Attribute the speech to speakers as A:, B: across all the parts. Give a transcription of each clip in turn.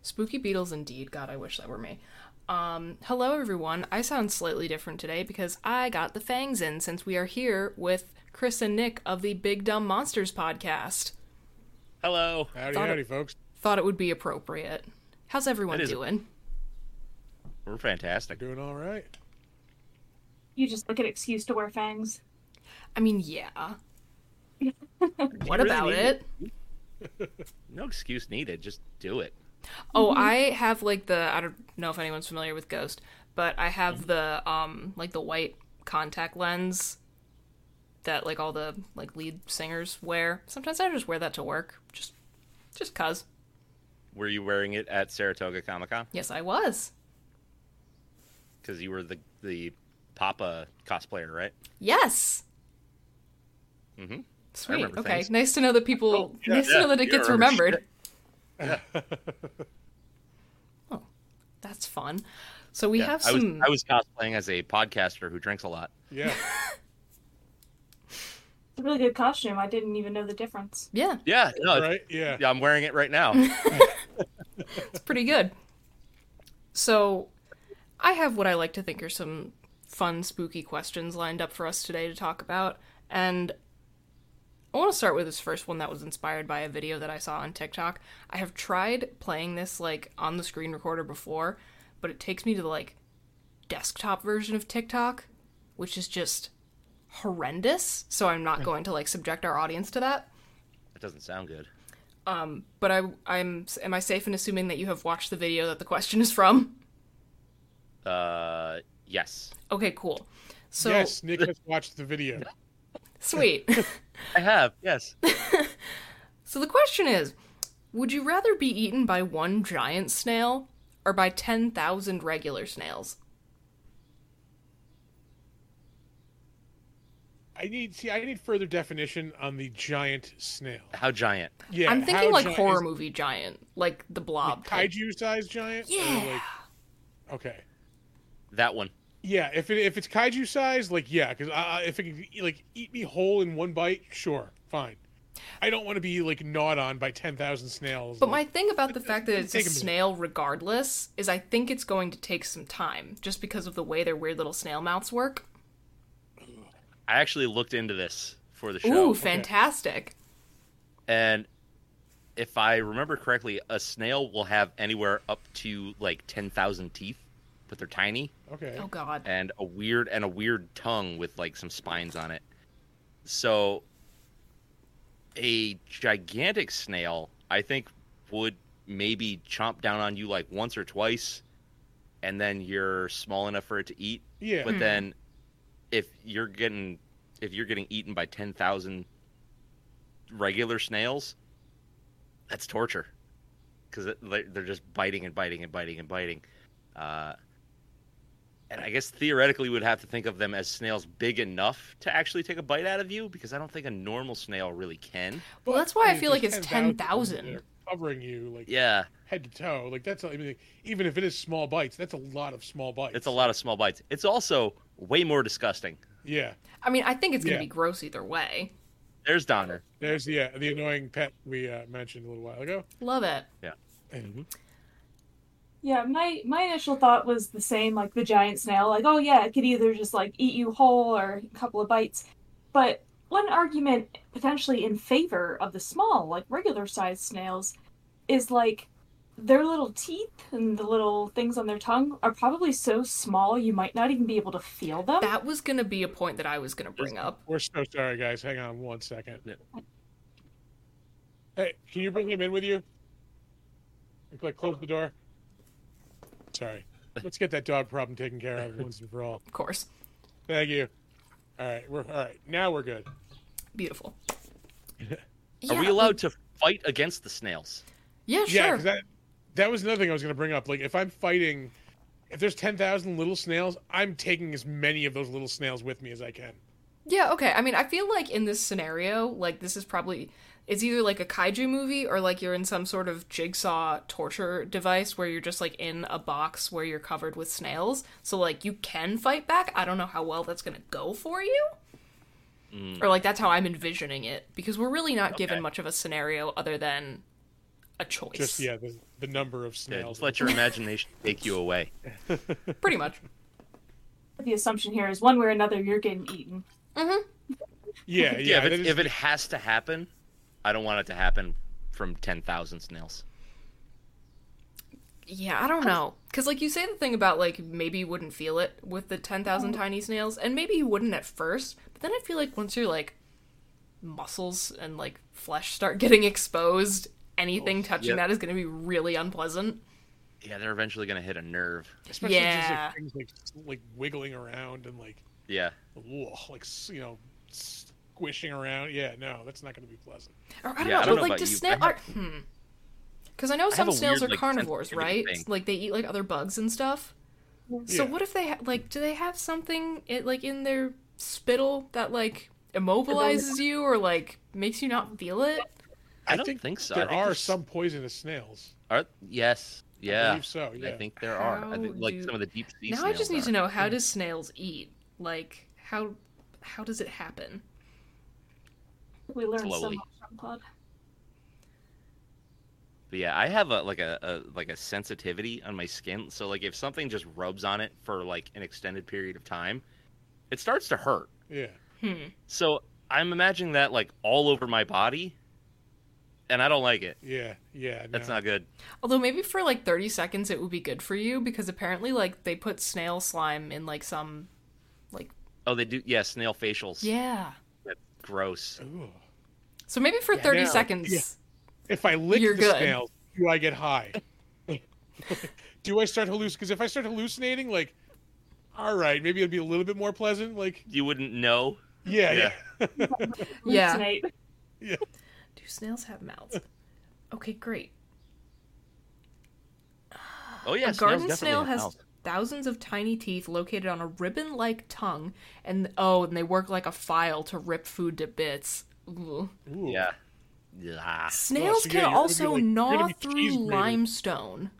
A: Spooky Beatles indeed. God, I wish that were me. Um, hello everyone. I sound slightly different today because I got the fangs in since we are here with Chris and Nick of the Big Dumb Monsters podcast.
B: Hello.
C: Howdy,
A: Thought it-
C: howdy, folks.
A: Thought it would be appropriate. How's everyone
B: That is-
A: doing?
B: We're fantastic.
C: Doing all right.
D: You just look at excuse to wear fangs.
A: I mean, yeah. what
B: really
A: about
B: need
A: it?
B: No excuse needed. Just do it.
A: Oh, I have like the I don't know if anyone's familiar with Ghost, but I have the um like the white contact lens that like all the like lead singers wear. Sometimes I just wear that to work, just just cuz.
B: Were you wearing it at Saratoga Comic Con?
A: Yes, I was.
B: Because you were the the Papa cosplayer, right?
A: Yes.
B: Mhm.
A: Sweet.
B: remember
A: Okay.
B: things.
A: Nice to know that people. nice to
B: Oh, yeah,
A: know that it
B: you
A: gets
B: remember
A: remembered. oh, that's fun. So we have
B: I was
A: some.
B: I was cosplaying as a podcaster who drinks a lot.
C: Yeah.
D: It's a really good costume. I didn't even know the difference.
A: Yeah,
B: Yeah. No, it's-
C: right? Yeah.
B: yeah, I'm wearing it right now.
A: it's pretty good. So, I have what I like to think are some fun, spooky questions lined up for us today to talk about, and I want to start with this first one that was inspired by a video that I saw on TikTok. I have tried playing this like on the screen recorder before, but it takes me to the like desktop version of TikTok, which is just horrendous. So I'm not going to like subject our audience to that. Um,
B: That doesn't sound good.
A: But I I'm am I safe in assuming that you have watched the video that the question is from?
B: Uh, yes,
A: Okay, cool. So
C: yes, Nick has watched the video.
A: sweet.
B: I have. Yes.
A: so the question is, would you rather be eaten by one giant snail or by 10,000 regular snails?
C: I need see. I need further definition on the giant snail.
B: How giant?
C: Yeah.
A: I'm thinking
C: how
A: like
C: giant
A: horror
C: is-
A: movie giant, like the blob. type.
C: Kaiju size giant. Or,
A: Yeah.
C: like- okay.
B: That one.
C: Yeah. If it if it's kaiju size, like yeah, because if it can like eat me whole in one bite, sure, fine. I don't want to be like gnawed on by ten thousand snails.
A: But my
C: like,
A: thing about the fact that it's a
C: Take a minute.
A: snail regardless is I think it's going to take some time just because of the way their weird little snail mouths work.
B: I actually looked into this for the show.
A: Ooh, fantastic.
B: And if I remember correctly, a snail will have anywhere up to like ten thousand teeth, but they're tiny
C: okay.
A: Oh god.
B: and a weird and a weird tongue with like some spines on it. So a gigantic snail, I think, would maybe chomp down on you like once or twice, and then you're small enough for it to eat.
C: Yeah.
B: But then, if you're getting if you're getting eaten by ten thousand regular snails, that's torture because they're just biting and biting and biting and biting. Uh, and I guess theoretically, we would have to think of them as snails big enough to actually take a bite out of you because I don't think a normal snail really can.
A: Well, that's why I
C: mean,
A: feel
C: if
A: like it's
C: there's 10,000
A: 10,000.
C: they're Covering you like
B: Yeah,
C: head to toe, like that's. I mean, even if it is small bites, that's a lot of small bites.
B: it's a lot of small bites. It's also way more disgusting.
C: Yeah.
A: I mean, I think it's going to
C: Yeah.
A: be gross either way.
B: There's Donner.
C: There's the uh, the annoying pet we uh, mentioned a little while ago.
A: Love it.
B: Mm-hmm.
D: Yeah, my my initial thought was the same, like the giant snail. Like, oh yeah, it could either just like eat you whole or a couple of bites. But one argument potentially in favor of the small, like regular sized snails, is like their little teeth and the little things on their tongue are probably so small you might not even be able to feel them.
A: That was gonna be a point that I was gonna bring up.
C: We're so sorry, guys. Hang on one second.
B: Yeah.
C: Hey, can you bring him in with you? Like, like, close the door. Sorry. Let's get that dog problem taken care of once and for all.
A: Of course.
C: Thank you. All right, we're all right. Now we're good.
A: Beautiful.
B: Are we allowed to fight against the snails?
A: Yeah,
C: Yeah,
A: sure.
C: 'cause that that was another thing I was going to bring up. Like, if I'm fighting, if there's ten thousand little snails, I'm taking as many of those little snails with me as I can.
A: Yeah, okay. I mean, I feel like in this scenario, like this is probably it's either like a kaiju movie or like you're in some sort of jigsaw torture device where you're just like in a box where you're covered with snails. So like you can fight back. I don't know how well that's going to go for you. Or like that's how I'm envisioning it because we're really not given much of a scenario other than a choice.
C: Just yeah, the, the number of
B: Yeah,
C: snails.
B: just let your imagination take you away.
A: Pretty much.
D: The assumption here is one way or another you're getting eaten.
C: yeah,
B: Yeah,
C: yeah.
B: if
C: that
B: it,
C: is-
B: if it has to happen, I don't want it to happen from ten thousand snails.
A: Yeah, I don't know. Because, like, you say the thing about, like, maybe you wouldn't feel it with the
B: Mm.
A: 10,000 tiny snails, and maybe you wouldn't at first, but then I feel like once your, like, muscles and, like, flesh start getting exposed, anything touching
B: yep.
A: that is going to be really unpleasant.
B: Yeah, they're eventually gonna hit a nerve.
C: especially just
A: yeah.
C: like, things like like wiggling around and like
B: Yeah.
C: ugh, like s- you know squishing around. Yeah, no, that's not going to be pleasant.
A: Or, I don't
B: Yeah,
A: know,
B: I don't
A: but,
B: know
A: like,
B: about
A: do
B: you,
A: snails
B: but I
A: are. Hmm. Because I know some
B: have a
A: snails
B: weird,
A: are
B: like,
A: carnivores,
B: sensitivity
A: right?
B: thing.
A: Like, they eat, like, other bugs and stuff. So,
C: Yeah.
A: what if they, ha- like, do they have something, it, like, in their spittle that, like, immobilizes you or, like, makes you not feel it?
B: I, don't think, so. I
C: There
B: think
C: are
B: there's-
C: some poisonous snails.
B: Are, yes. Yeah.
C: believe so, yeah.
B: I think there are. I think
A: How
B: like
A: do-
B: some of the deep sea.
A: Now I just need
B: snails
A: to
B: are. Hmm.
A: know how do snails eat? Like how how does it happen?
D: We learned so
B: Slowly.
D: much from Claude.
B: But yeah, I have a like a, a like a sensitivity on my skin. So like if something just rubs on it for like an extended period of time, it starts to hurt.
C: Yeah,
B: So I'm imagining that like all over my body, and I don't like it.
C: yeah, yeah.
B: That's
C: no.
B: not good.
A: Although maybe for like 30 seconds it would be good for you because apparently like they put snail slime in like some like
B: Oh, they do. Yeah, snail facials.
A: yeah.
B: That's gross.
A: So maybe for 30
C: now-
A: seconds.
C: yeah. If I lick
A: You're
C: the
A: good.
C: snails, do I get high? do I start hallucinating? Because if I start hallucinating, like, all right, maybe it'd be a little bit more pleasant. Like,
B: You wouldn't know.
C: yeah, yeah.
B: Yeah.
A: Yeah.
D: Tonight.
A: Do snails have mouths? Okay, great.
B: Oh yeah,
A: a
B: snails
A: garden
B: definitely
A: snail
B: have
A: has
B: mouths.
A: thousands of tiny teeth located on a ribbon-like tongue and oh, and they work like a file to rip food to bits. Ugh.
C: Ooh.
B: Yeah. Yeah.
A: Snails
C: so
A: can
C: yeah, you're gonna be
A: also
C: like- you're gonna
A: gnaw
C: be
A: through
C: cheese grater.
A: limestone.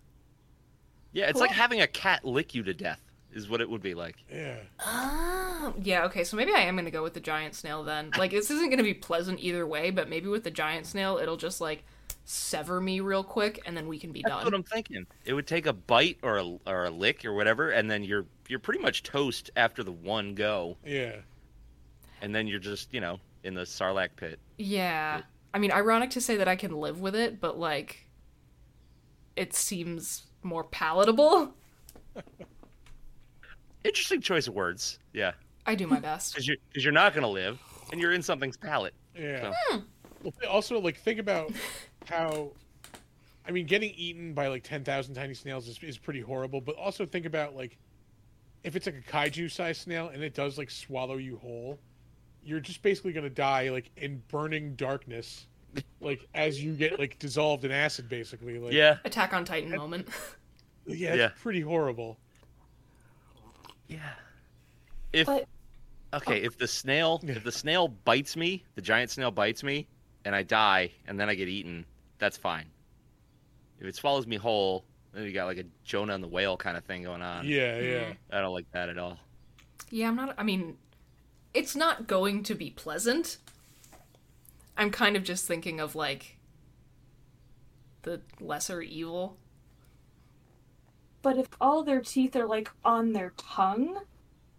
B: Yeah, it's like having a cat lick you to death is what it would be like.
C: Yeah.
A: Oh, yeah, okay, so maybe I am gonna go with the giant snail then. Like, this isn't gonna be pleasant either way, but maybe with the giant snail, it'll just, like, sever me real quick, and then we can be
B: That's what
A: done.
B: I'm thinking. It would take a bite or a, or a lick or whatever, and then you're you're pretty much toast after the one go,
C: Yeah.
B: and then you're just you know in the sarlacc pit.
A: Yeah. I mean, ironic to say that I can live with it, but, like, it seems more palatable.
B: Interesting choice of words. Yeah,
A: I do my best.
B: because you're because you're not gonna live, and you're in something's palate.
C: Yeah.
B: So-
C: Well, th- also, like, think about how, I mean, getting eaten by like ten thousand tiny snails is, is pretty horrible. But also think about like, if it's like a kaiju sized snail and it does like swallow you whole, you're just basically gonna die like in burning darkness, like as you get like dissolved in acid, basically. Like,
B: Yeah,
A: Attack on Titan moment.
C: yeah, it's
B: Yeah.
C: pretty horrible.
B: yeah. If
D: But-
B: okay, if the snail if the snail bites me, the giant snail bites me, and I die, and then I get eaten, that's fine. If it swallows me whole, then you got like a Jonah and the whale kind of thing going on.
C: Yeah, yeah.
A: Mm-hmm.
B: I don't like that at all.
A: Yeah, I'm not. I mean, it's not going to be pleasant. I'm kind of just thinking of like the lesser evil.
D: But if all their teeth are like on their tongue,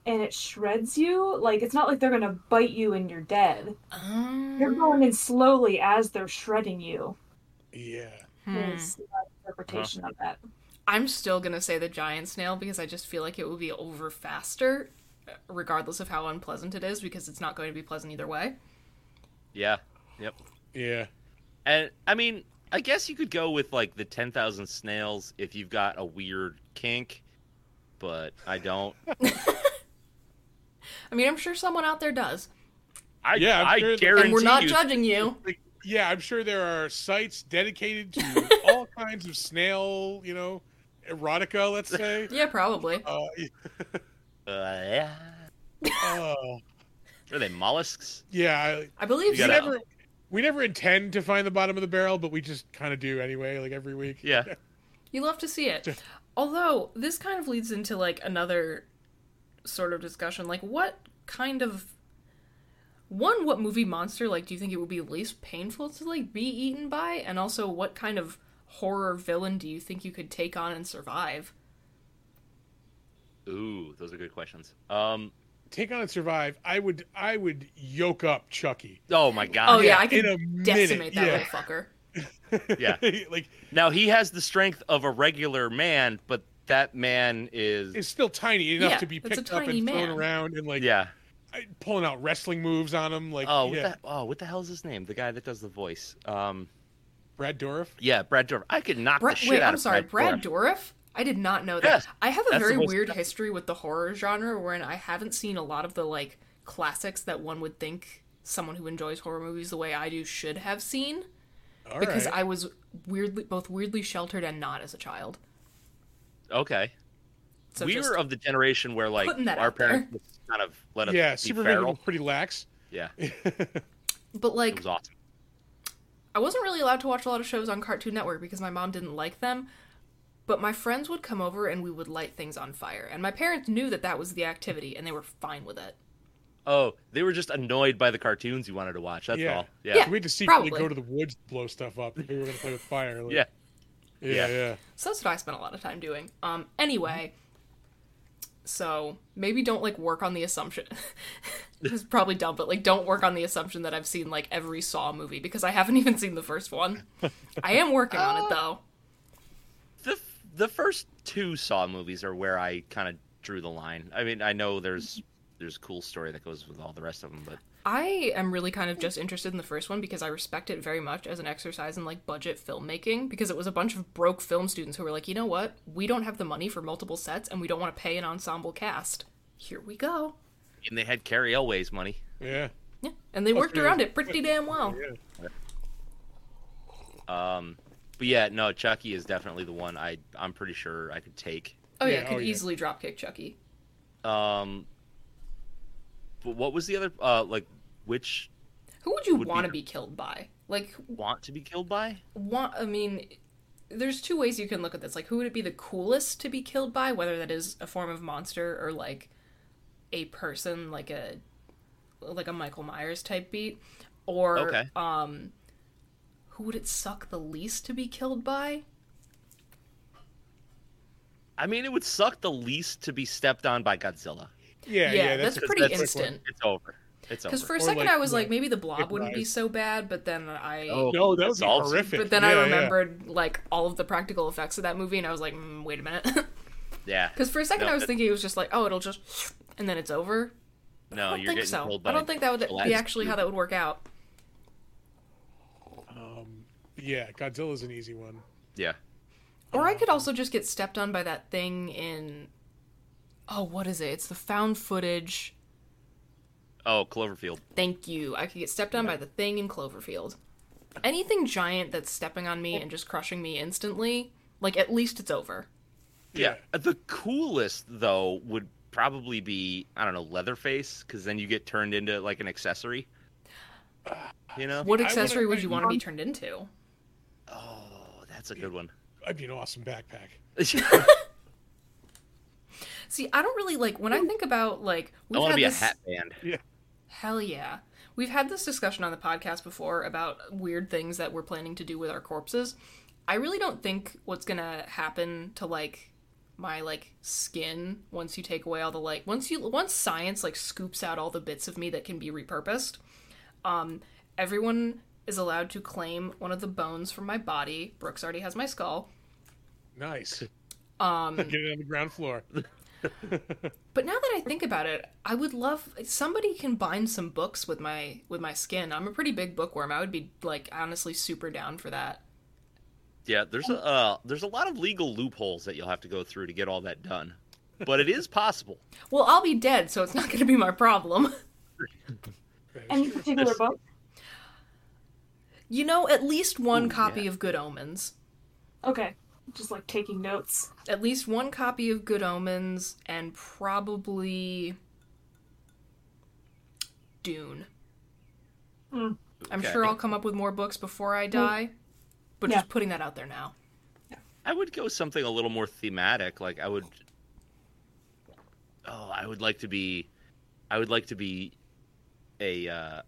D: and it shreds you, like it's not like they're gonna bite you and you're dead. They're
A: Um,
D: going in slowly as they're shredding you.
C: Yeah.
D: Is my interpretation of that.
A: I'm still gonna say the giant snail because I just feel like it would be over faster, regardless of how unpleasant it is, because it's not going to be pleasant either way.
B: Yeah. Yep.
C: Yeah.
B: And I mean, I guess you could go with like the 10,000 snails if you've got a weird kink, but I don't.
A: I mean, I'm sure someone out there does,
B: I,
C: Yeah, I'm
B: I
C: sure that-
B: guarantee
A: and we're not
B: you,
A: judging you.
C: Like, yeah, I'm sure there are sites dedicated to all kinds of snail, you know, erotica, let's say.
A: Yeah, probably.
C: Uh,
B: Uh, yeah.
C: uh,
B: Are they mollusks?
C: yeah,
A: I believe
B: You
C: we
A: so.
B: gotta-
C: never we never intend to find the bottom of the barrel, but we just kind of do anyway, like every week.
B: Yeah.
A: You love to see it. Although this kind of leads into like another sort of discussion, like what kind of one what movie monster like do you think it would be least painful to like be eaten by and also what kind of horror villain do you think you could take on and survive?
B: Ooh, those are good questions. Um,
C: Take on and survive. I would I would yoke up Chucky.
B: oh my
A: Oh,
B: god.
A: yeah, I
C: in a
A: could
C: minute,
A: decimate that
C: yeah.
A: little fucker.
B: Yeah.
C: like
B: Now he has the strength of a regular man, but that man is
C: it's still tiny enough
A: Yeah,
C: to be
A: that's a
C: picked up
A: tiny
C: and
A: man.
C: thrown around and like
B: yeah.
C: I- pulling out wrestling moves on him. Like
B: Oh, what
C: yeah.
B: the oh, what the hell is his name? The guy that does the voice. Um,
C: Brad Dorff.
B: yeah, Brad Dorff. I could knock
A: Bra-
B: the shit
A: wait,
B: out
A: I'm
B: of
A: sorry, Brad
B: Dorff.
A: Dorff? I did not know that.
B: Yes,
A: I have a
B: that's the
A: very
B: most-
A: weird history with the horror genre wherein I haven't seen a lot of the like classics that one would think someone who enjoys horror movies the way I do should have seen
C: All
A: because
C: right.
A: I was weirdly both weirdly sheltered and not as a child.
B: Okay.
A: So
B: we
A: just,
B: were of the generation where like
A: putting that
B: our
A: out there.
B: parents just kind of let us
C: yeah,
B: be
C: supervillain
B: feral.
C: was pretty lax.
B: Yeah,
A: but
B: it
A: like
B: was awesome.
A: I wasn't really allowed to watch a lot of shows on Cartoon Network because my mom didn't like them. But my friends would come over and we would light things on fire, and my parents knew that that was the activity, and they were fine with it.
B: Oh, they were just annoyed by the cartoons you wanted to watch. That's
C: Yeah.
B: all. Yeah.
A: Yeah.
C: We had to secretly
A: Probably.
C: go to the woods to blow stuff up if we were going to play with fire. Like,
B: Yeah.
C: yeah,
B: Yeah.
C: yeah.
A: So that's what I spent a lot of time doing. Um, anyway, so maybe don't like work on the assumption. this is probably dumb, but like don't work on the assumption that I've seen like every Saw movie because I haven't even seen the first one. I am working on it though.
B: The the first two Saw movies are where I kind of drew the line. I mean, I know there's there's a cool story that goes with all the rest of them, but
A: I am really kind of just interested in the first one because I respect it very much as an exercise in like budget filmmaking because it was a bunch of broke film students who were like, you know what? We don't have the money for multiple sets and we don't want to pay an ensemble cast. Here we go.
B: and they had Carrie Elway's money.
C: Yeah.
A: Yeah. And they worked around it pretty damn well.
B: But yeah, no, Chucky is definitely the one I I'm pretty sure I could take.
A: Oh yeah,
C: Yeah,
A: could
C: oh, yeah.
A: easily dropkick Chucky.
B: Um, but what was the other uh like which
A: Who would you
B: Would be
A: want to
B: her-
A: be killed by? Like,
B: want to be killed by?
A: want? I mean, there's two ways you can look at this. Like, who would it be the coolest to be killed by? Whether that is a form of monster or like a person, like a like a Michael Myers type beat, or um,
B: Okay.
A: who would it suck the least to be killed by?
B: I mean, it would suck the least to be stepped on by Godzilla.
C: Yeah, yeah.
A: Yeah,
C: that's,
A: that's
C: a-
A: pretty
B: That's-
A: instant.
B: It's over. It's over.
A: Because for a
C: Or,
A: second
C: like,
A: I was
C: the
A: like, maybe the blob wouldn't be
C: rise.
A: so bad, but then I.
C: Oh, No, that
B: that's
C: was be
B: awesome.
C: horrific.
A: But then
C: Yeah,
A: I
C: yeah.
A: remembered like all of the practical effects of that movie, and I was like, mm, wait a minute.
B: Yeah.
A: Because for a second,
B: No,
A: I was
B: that-
A: thinking it was just like, oh, it'll just, and then it's over.
B: no,
A: I don't
B: Oh, you're
A: think
B: getting
A: so.
B: killed by
A: I don't think that would
B: Gillette.
A: be actually how that would work out.
C: Yeah, Godzilla's an easy one.
B: Yeah.
A: Or I could also just get stepped on by that thing in, oh, what is it? It's the found footage.
B: Oh, Cloverfield.
A: Thank you. I could get stepped on by the thing in Cloverfield. Anything giant that's stepping on me and just crushing me instantly, like at least it's over.
B: Yeah. The coolest though would probably be I don't know Leatherface because then you get turned into like an accessory. You know?
A: What
C: I wanna-
A: accessory would you
C: I-
A: want to be turned into?
B: Oh, that's a good one.
C: I'd be an awesome backpack.
B: I
A: See, I don't really like when I think about like we've
B: want to
A: had
B: be
A: this-
B: a hat band.
A: Hell yeah. We've had this discussion on the podcast before about weird things that we're planning to do with our corpses. I really don't think what's going to happen to like my like skin once you take away all the like once you once science like scoops out all the bits of me that can be repurposed um everyone is allowed to claim one of the bones from my body brooks already has my skull
C: Nice.
A: um
C: Get it on the ground floor.
A: But now that I think about it, I would love somebody can bind some books with my with my skin. I'm a pretty big bookworm. I would be like honestly super down for that.
B: Yeah, there's a uh, there's a lot of legal loopholes that you'll have to go through to get all that done, but it is possible.
A: Well, I'll be dead, so it's not going to be my problem.
D: Any particular book?
A: You know, at least one copy of Good Omens.
D: Okay. Just like taking notes.
A: At least one copy of Good Omens and probably Dune. I'm
B: Okay.
A: sure I'll come up with more books before I die, but
D: Yeah.
A: just putting that out there now.
B: I would go something a little more thematic. Like I would. Oh, I would like to be, I would like to be, a uh,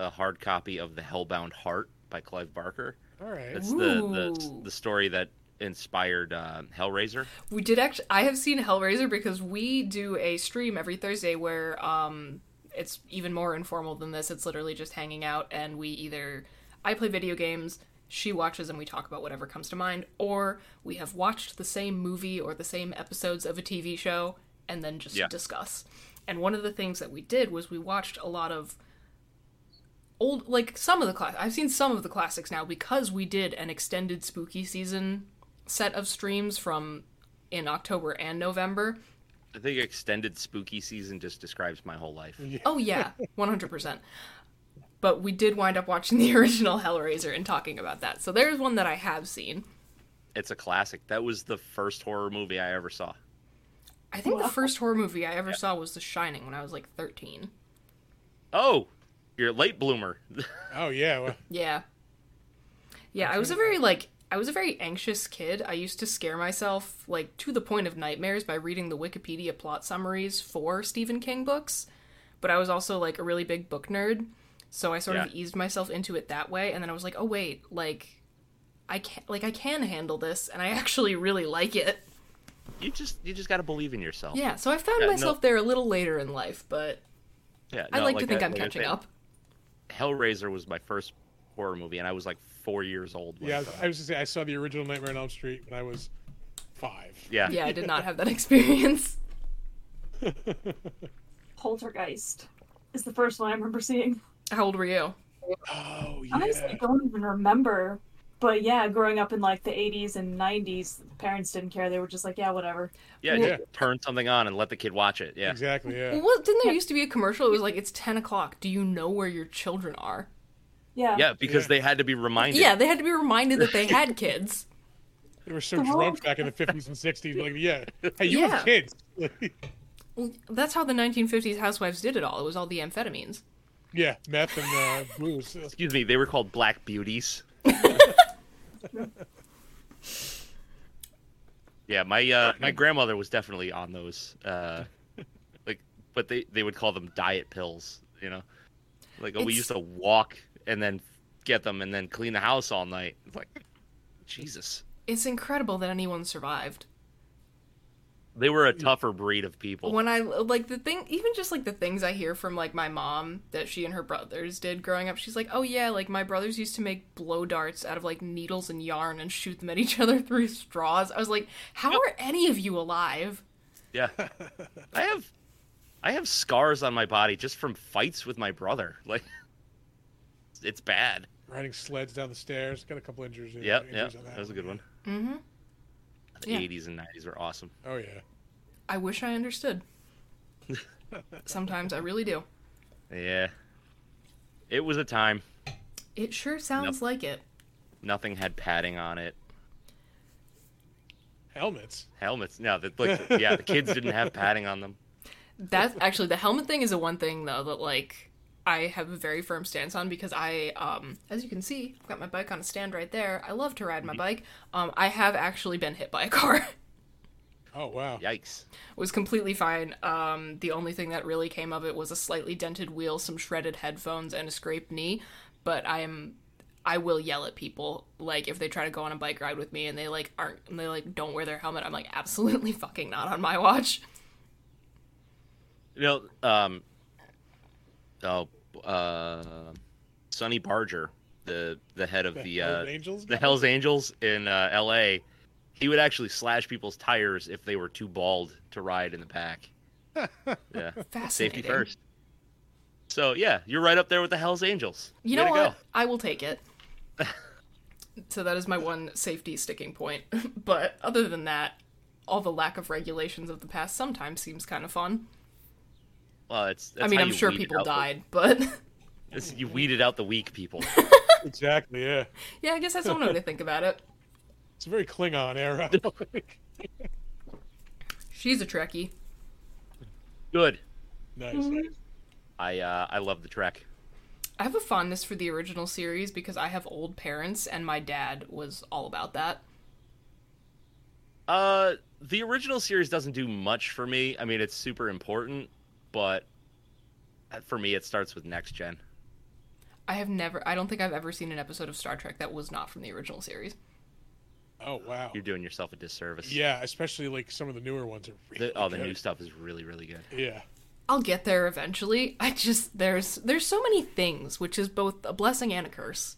B: a hard copy of the Hellbound Heart by Clive Barker.
C: All right.
B: That's the, the
A: Ooh.
B: the story that inspired uh, Hellraiser.
A: We did actually. I have seen Hellraiser because we do a stream every Thursday where um, it's even more informal than this. It's literally just hanging out, and we either I play video games, she watches, and we talk about whatever comes to mind, or we have watched the same movie or the same episodes of a TV show, and then just
B: Yeah.
A: discuss. And one of the things that we did was we watched a lot of old like some of the class I've seen some of the classics now because we did an extended spooky season set of streams from in October and November.
B: I think extended spooky season just describes my whole life.
A: Oh yeah, 100%. But we did wind up watching the original Hellraiser and talking about that. So there's one that I have seen.
B: It's a classic. That was the first horror movie I ever saw.
A: I think the first horror movie I ever saw was The Shining when I was like 13.
B: Oh, you're a late bloomer.
C: Oh yeah. Well,
A: Yeah. Yeah, I was a very like I was a very anxious kid. I used to scare myself like to the point of nightmares by reading the Wikipedia plot summaries for Stephen King books, but I was also like a really big book nerd, so I sort of
B: Yeah.
A: eased myself into it that way and then I was like, "Oh wait, like I can like I can handle this and I actually really like it."
B: you just you just got to believe in yourself.
A: Yeah, so I found
B: Yeah, no-
A: myself there a little later in life, but
B: Yeah,
A: I
B: no,
A: like, to think
B: I-
A: I'm
B: like I
A: catching
B: said,
A: up.
B: Hellraiser was my first horror movie, and I was like four years old. When I
C: yeah.
B: saw it.
C: I was gonna say I saw the original Nightmare on Elm Street when I was five.
B: yeah,
A: Yeah, I did not have that experience.
D: Poltergeist is the first one I remember seeing.
A: How old were you?
C: Oh yeah.
D: Honestly, don't even remember. But yeah, growing up in like the 80s and 90s, parents didn't care. They were just like, yeah, whatever.
B: yeah.
C: Yeah.
B: Just turn something on and let the kid watch it. Yeah,
C: Exactly. Yeah.
A: Well, what, didn't there used to be a commercial? It was like, it's 10 o'clock. Do you know where your children are?
D: Yeah.
B: yeah, because they had to be reminded.
A: Yeah, they had to be reminded that they had kids.
C: They were so drunk back in the fifties and sixties. Like yeah. Hey, you
A: Yeah.
C: have kids.
A: Well, that's how the 1950s housewives did it all. It was all the amphetamines.
C: yeah. Meth and uh, booze.
B: Excuse me, they were called Black Beauties. yeah, my uh, my grandmother was definitely on those. Uh, like, but they they would call them diet pills. You know, like oh, we
A: It's-
B: used to walk and then get them and then clean the house all night. It's like, Jesus,
A: It's incredible that anyone survived.
B: they were a tougher breed of people.
A: When I, like, the thing, even just like the things I hear from, like, my mom that she and her brothers did growing up, she's like, oh yeah, like, my brothers used to make blow darts out of, like, needles and yarn and shoot them at each other through straws. I was like, how are any of you alive?
B: Yeah. I have I have scars on my body just from fights with my brother. Like it's bad.
C: Riding sleds down the stairs. Got a couple injuries.
B: Yep, yep.
C: injuries on
B: That was a good one.
A: Mm hmm.
B: The
A: Yeah.
B: 80s and 90s were awesome.
C: Oh yeah.
A: I wish I understood. Sometimes I really do.
B: Yeah. It was a time
A: It sure sounds
B: Nope.
A: like it.
B: nothing had padding on it.
C: Helmets.
B: Helmets. No, the, like yeah, the kids didn't have padding on them.
A: That's actually the helmet thing is the one thing though that like I have a very firm stance on because I um as you can see, I've got my bike on a stand right there. I love to ride
B: Mm-hmm.
A: my bike. Um I have actually been hit by a car.
C: Oh wow.
B: Yikes.
A: was completely fine. Um, the only thing that really came of it was a slightly dented wheel, some shredded headphones, and a scraped knee. But I'm I will yell at people like if they try to go on a bike ride with me and they like aren't and they like don't wear their helmet. I'm like absolutely fucking not on my watch.
B: You know, um, oh, uh, Sonny Barger, the the head of the, uh,
C: Hells Angels
B: the
C: guy?
B: Hell's Angels in uh, L.A. He would actually slash people's tires if they were too bald to ride in the pack. yeah, safety
A: Fascinating.
B: first. So yeah, you're right up there with the Hell's Angels.
A: You know
B: Way to
A: what?
B: go.
A: I will take it. so that is my one safety sticking point. but other than that, all the lack of regulations of the past sometimes seems kind of fun.
B: Well, it's.
A: I
B: that's
A: mean,
B: how
A: I'm
B: you
A: sure
B: weed
A: people
B: out the-
A: died, but
B: it's- you weeded out the weak people.
C: Exactly. Yeah.
A: yeah, I guess that's one way to think about it.
C: It's a very Klingon era.
A: She's a Trekkie.
B: Good.
C: nice. nice.
B: I uh, I love the trek.
A: I have a fondness for the original series because I have old parents and my dad was all about that.
B: Uh, the original series doesn't do much for me. I mean, it's super important, but for me, it starts with next gen.
A: I have never I don't think I've ever seen an episode of Star Trek that was not from the original series.
C: Oh wow.
B: You're doing yourself a disservice.
C: Yeah, especially like some of the newer ones are. Really
B: The, all the new
C: good.
B: stuff is really, really good.
C: Yeah.
A: I'll get there eventually. I just there's there's so many things, which is both a blessing and a curse.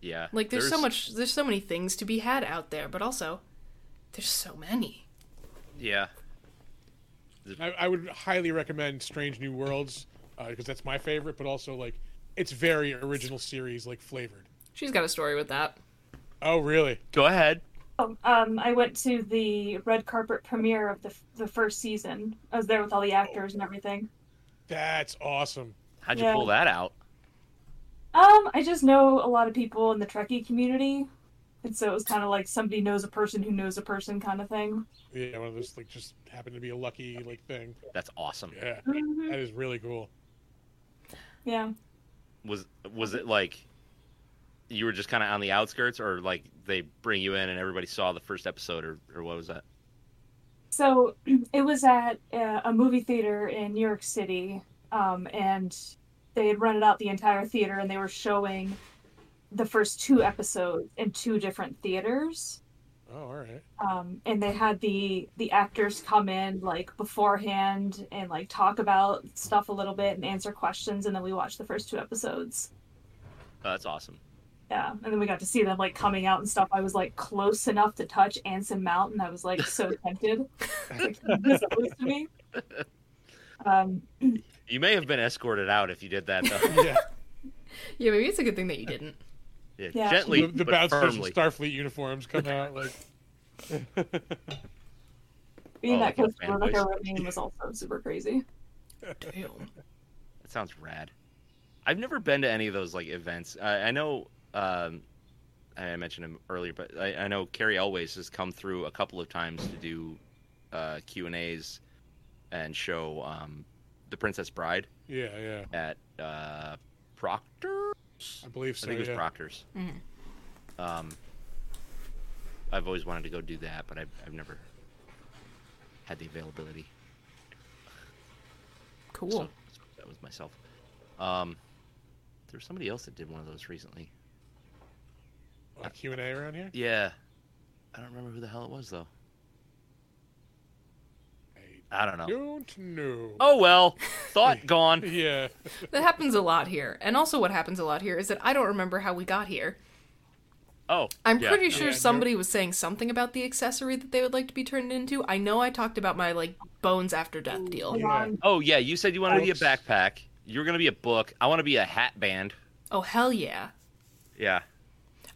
B: Yeah.
A: Like there's, so much there's so many things to be had out there, but also there's so many.
B: Yeah.
C: I, I would highly recommend Strange New Worlds because that's my favorite, but also like it's very original series like flavored.
A: She's got a story with that.
C: Oh really?
B: Go ahead.
D: Oh, um, I went to the red carpet premiere of the f- the first season. I was there with all the actors and everything.
C: That's awesome.
B: How'd you
D: Yeah.
B: pull that out?
D: Um, I just know a lot of people in the Trekkie community, and so it was kind of like somebody knows a person who knows a person kind of thing.
C: Yeah, one of those like just happened to be a lucky like thing.
B: That's awesome.
C: Yeah, that is really cool.
D: Yeah.
B: Was was it like you were just kind of on the outskirts, or like they bring you in and everybody saw the first episode, or, or what was that?
D: So it was at uh, a movie theater in New York City, um, and they had rented out the entire theater, and they were showing the first two episodes in two different theaters.
C: Oh, all right.
D: um, and they had the the actors come in like beforehand and like talk about stuff a little bit and answer questions and then we watched the first two episodes
B: Oh, that's awesome.
D: yeah and then we got to see them like coming out and stuff i was like close enough to touch anson mount and i was like so tempted like, this close to me um
B: You may have been escorted out if you did that, though.
C: Yeah,
A: Yeah, maybe it's a good thing that you didn't.
B: Yeah,
D: Yeah.
B: Gently,
C: the, the
B: but
C: bouncers in
B: firmly.
C: Starfleet uniforms come out like
D: being
B: Oh, like
D: that close
B: a
D: to Rebecca
B: fanboy.
D: Romijn was also super crazy
A: Damn.
B: That sounds rad. I've never been to any of those like events. I, I know um, I mentioned him earlier, but I, I know Carrie Elways has come through a couple of times to do uh, Q and A's and show um, the Princess Bride
C: yeah, yeah.
B: at uh, Proctor.
C: I believe
B: I
C: so.
B: think it was
C: yeah.
B: Proctor's.
A: Mm-hmm.
B: Um, I've always wanted to go do that, but I've, I've never had the availability.
A: Cool.
B: So, so that was myself. Um, there was somebody else that did one of those recently.
C: Uh, Q and A around here.
B: Yeah. I don't remember who the hell it was though. I don't know.
C: Don't know.
B: Oh well. Thought gone.
C: Yeah,
A: That happens a lot here. And also what happens a lot here is that I don't remember how we got here.
B: Oh.
A: I'm
B: yeah.
A: pretty sure somebody was saying something about the accessory that they would like to be turned into. I know I talked about my like bones after death deal.
C: yeah.
B: Oh yeah, you said you wanted to be a
C: Books.
B: backpack. You were gonna be a book. I wanna be a hat band.
A: Oh hell yeah.
B: Yeah.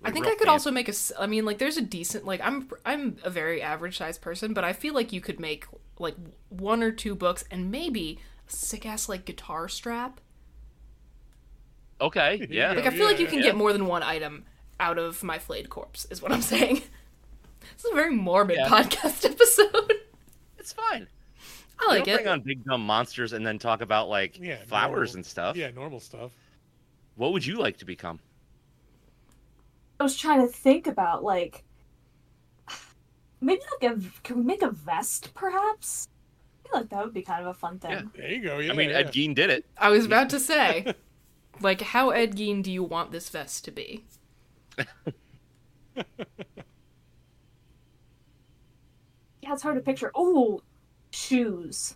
A: I think
B: real
A: I could
B: fan-
A: also make a s- I mean like there's a decent like I'm I'm a very average sized person, but I feel like you could make like one or two books and maybe a sick ass like guitar strap.
B: Okay, Oh, yeah.
A: Like I feel like you can get more than one item out of my flayed corpse is what I'm saying. this is a very morbid podcast episode.
B: It's fine.
A: I like
B: Don't
A: it.
B: bring on big dumb monsters and then talk about like
C: yeah.
B: flowers
C: normal-
B: and stuff.
C: Yeah, normal stuff.
B: What would you like to become?
D: I was trying to think about like maybe like a can we make a vest perhaps? I feel like that would be kind of a fun thing.
C: There you go. Yeah,
B: I mean,
C: yeah.
B: Ed Gein did it.
A: I was about to say Like, how Ed Gein do you want this vest to be?
D: Yeah, it's hard to picture. Oh, shoes.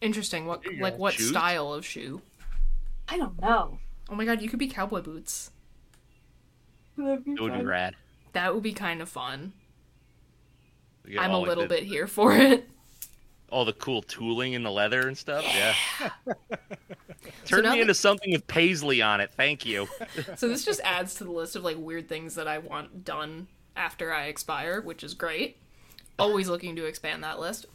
A: Interesting. What like what
B: Shoes?
A: style of shoe?
D: I don't know.
A: Oh my god, you could be cowboy boots.
D: That'd be
B: It would be
D: fun.
B: rad.
A: That would be kind of fun.
B: You get
A: I'm
B: all,
A: a
B: like,
A: little
B: the-
A: bit here for it.
B: All the cool tooling and the leather and stuff. Yeah. Turn
A: now
B: me
A: that-
B: into something with paisley on it. Thank you.
A: So this just adds to the list of like weird things that I want done after I expire, which is great. Always looking to expand that list.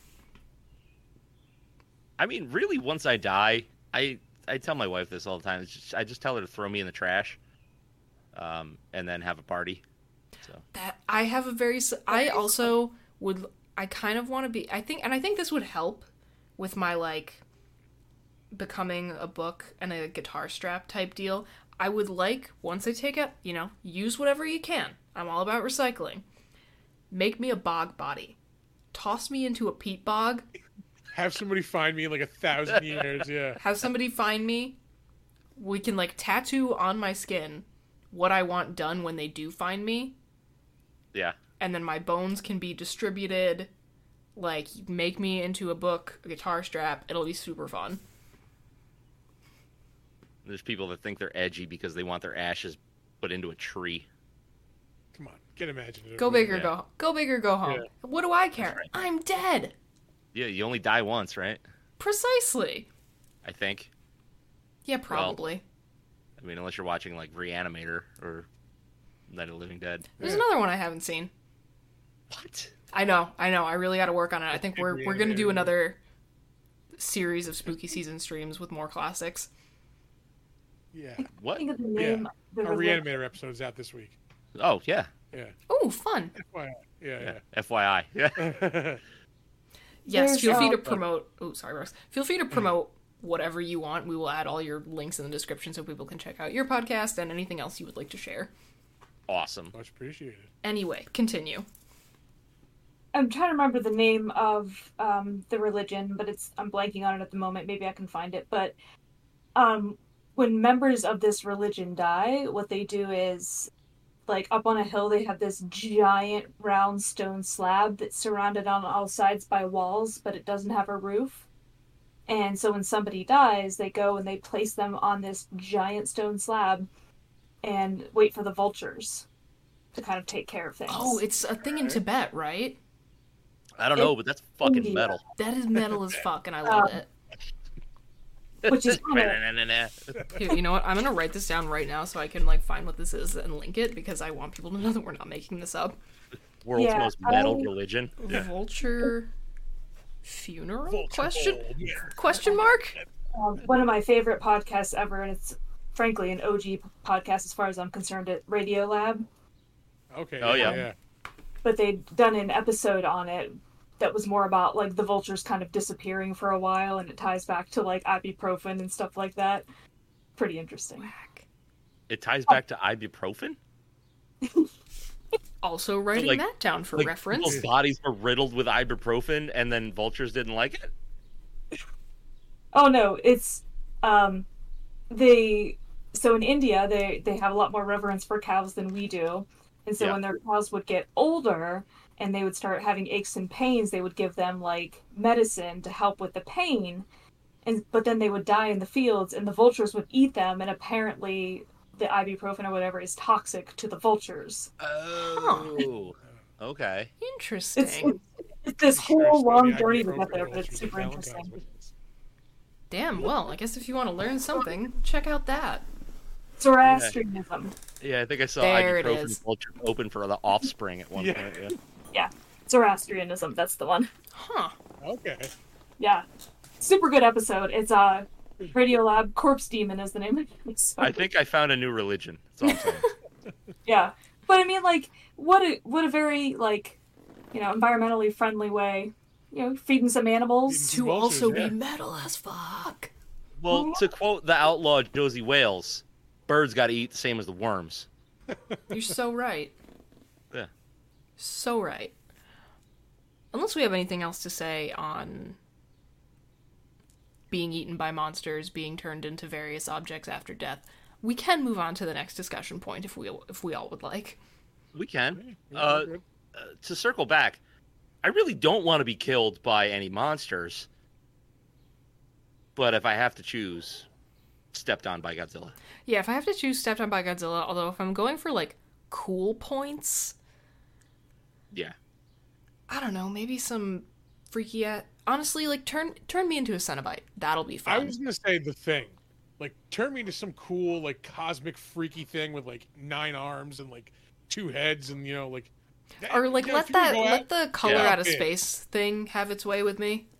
B: I mean, really, once I die, I I tell my wife this all the time. It's just, I just tell her to throw me in the trash, um, and then have a party.
A: That I have a very s- I also would I kind of want to be I think and I think this would help with my like becoming a book and a guitar strap type deal. I would like once I take it, you know, use whatever you can. I'm all about recycling. Make me a bog body. Toss me into a peat bog
C: Have somebody find me in like a thousand years. Yeah.
A: have somebody find me. We can like tattoo on my skin what I want done when they do find me,
B: Yeah.
A: and then my bones can be distributed. Like make me into a book, a guitar strap. It'll be super fun.
B: There's people that think they're edgy because they want their ashes put into a tree.
C: Come on, get imaginative.
A: Go big or
B: Yeah.
A: go go big or go home. What do I care? I'm dead.
B: Yeah, you only die once, right?
A: Precisely.
B: I think.
A: Yeah, probably.
B: I mean, unless you're watching like Reanimator or Night of the Living Dead.
A: There's another one I haven't seen.
B: What?
A: I know, I know. I really got to work on it. I think we're we're gonna do another series of spooky season streams with more classics.
C: Yeah.
B: What?
D: Think of the
C: Yeah.
D: name. The
C: Our
D: reli-
C: reanimator episode's out this week.
B: Oh yeah.
C: Yeah.
A: Oh, fun.
C: Why not? Yeah. Yeah.
B: FYI. Yeah.
A: Yes,
D: There's,
A: feel free
D: uh,
A: to promote. Oh, sorry, Rex. Feel free to promote whatever you want. We will add all your links in the description so people can check out your podcast and anything else you would like to share.
B: awesome.
C: Much appreciated.
A: Anyway, continue.
D: I'm trying to remember the name of um, the religion, but it's I'm blanking on it at the moment. Maybe I can find it. But um, when members of this religion die, what they do is like up on a hill they have this giant round stone slab that's surrounded on all sides by walls, but it doesn't have a roof. And so when somebody dies, they go and they place them on this giant stone slab and wait for the vultures to kind of take care of things.
A: Oh, it's a thing in Tibet, right?
B: I don't know, but that's fucking
D: India.
B: metal.
A: That is metal as fuck, and I love it.
D: which is kind of
A: Here, you know what? I'm gonna write this down right now so I can like find what this is and link it because I want people to know that we're not making this up.
B: World's
D: Yeah,
B: most metal
D: I-
B: religion.
A: Vulture funeral question
C: Oh, yeah.
A: question mark
D: um, one of my favorite podcasts ever, and it's frankly an OG podcast as far as I'm concerned at Radio Lab.
C: Okay.
B: Oh, yeah.
C: Yeah.
D: But they'd done an episode on it that was more about like the vultures kind of disappearing for a while, and it ties back to like ibuprofen and stuff like that. Pretty interesting.
B: It ties back to ibuprofen.
A: also writing
B: like-
A: that down for
B: Like,
A: reference
B: People's bodies were riddled with ibuprofen, and then vultures didn't like it.
D: Oh no, it's um they so in India they they have a lot more reverence for cows than we do. And so
B: Yeah.
D: when their cows would get older and they would start having aches and pains, they would give them like medicine to help with the pain. And but then they would die in the fields and the vultures would eat them and apparently the ibuprofen or whatever is toxic to the vultures.
B: Uh, Oh. Okay.
A: interesting
D: It's, it's, it's this
C: Sure,
D: whole
C: so
D: long
C: the
D: journey to
C: ibuprofen
D: get there, but
C: rolls
D: it's
C: through the
D: super
C: Valentine's
D: interesting.
C: ones.
A: Damn, well, I guess if you want to learn something, check out that.
D: Zoroastrianism.
B: Yeah, I think I saw
A: There it is.
B: ibuprofen vulture open for the offspring at one
C: Yeah.
B: point. Yeah.
D: Yeah. Zoroastrianism, that's the one.
A: Huh.
C: Okay.
D: Yeah. Super good episode. It's uh Radiolab Corpse Demon is the name of it. So,
B: I think I found a new religion. That's all I'm saying.
D: yeah. But I mean like what a what a very like you know, environmentally friendly way. You know, feeding some animals.
C: To Vultures, also be yeah.
A: metal as fuck.
B: well, to quote the outlaw Josie Wales, birds got to eat the same as the worms.
A: You're so right.
B: Yeah.
A: So right. Unless we have anything else to say on being eaten by monsters, being turned into various objects after death. We can move on to the next discussion point if we if we all would like.
B: We can. Uh, uh, to circle back, I really don't want to be killed by any monsters. But if I have to choose, stepped on by Godzilla.
A: Yeah, if I have to choose Stepped on by Godzilla, although if I'm going for like cool points,
B: Yeah.
A: I don't know, maybe some freaky at honestly, like turn turn me into a Cenobite. That'll be
C: I
A: fun.
C: was gonna say the thing, like turn me into some cool like cosmic freaky thing with like nine arms and like two heads and you know like. that-
A: or like
C: you know,
A: let
C: if you could
A: that
C: go
A: let
C: out-
A: the color
B: Yeah.
A: out of space thing have its way with me.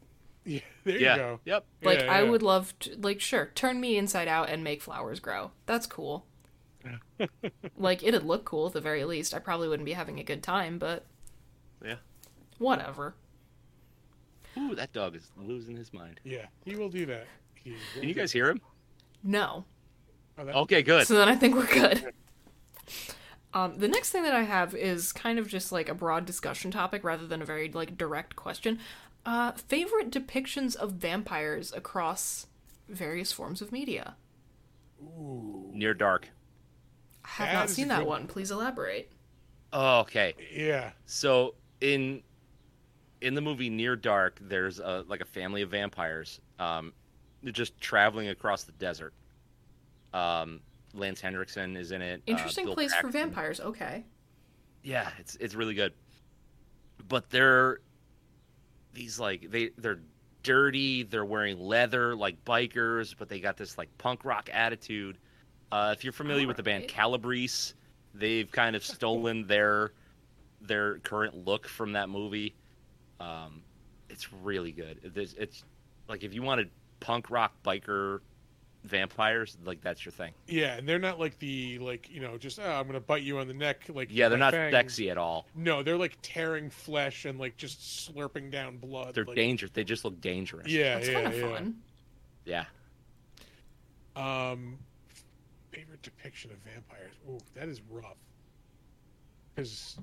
C: Yeah, there
B: yeah.
C: you go.
B: Yep.
A: Like
C: Yeah,
A: I
C: yeah.
A: would love to like sure, turn me inside out and make flowers grow. That's cool. like it'd look cool at the very least. I probably wouldn't be having a good time, but
B: Yeah.
A: whatever.
B: Ooh, that dog is losing his mind.
C: Yeah, he will do that. He will
B: Can you
C: do-
B: guys hear him?
A: No.
C: Oh, that-
B: Okay, good.
A: So then I think we're good. Um, the next thing that I have is kind of just like a broad discussion topic rather than a very like direct question. Uh, favorite depictions of vampires across various forms of media.
B: Near dark.
A: I have
C: That
A: not
C: is a
A: seen that
C: good Uh,
A: one. Please elaborate.
B: Oh, okay.
C: Yeah.
B: So in in the movie Near Dark, there's a like a family of vampires, um, they're just traveling across the desert. Um, Lance Hendrickson is in it. uh,
A: Interesting
B: Bill
A: place for
B: Paxton.
A: vampires. Okay.
B: Yeah, it's it's really good. But they're these like they they're dirty. They're wearing leather like bikers, but they got this like punk rock attitude. Uh, if you're familiar with the band Calabrese, they've kind of stolen their their current look from that movie. Um, it's really good. It's, it's like if you wanted punk rock biker vampires, like that's your thing.
C: Yeah, and they're not like the like you know just oh, I'm gonna bite you on the neck like
B: Yeah, they're
C: my
B: not
C: fangs."
B: sexy at all.
C: No, they're like tearing flesh and like just slurping down blood.
B: They're
C: like,
B: dangerous. They just look dangerous.
C: Yeah,
A: That's
C: yeah,
A: kind of
C: yeah.
A: fun.
B: Yeah.
C: Um, favorite depiction of vampires. Ooh, that is rough. Because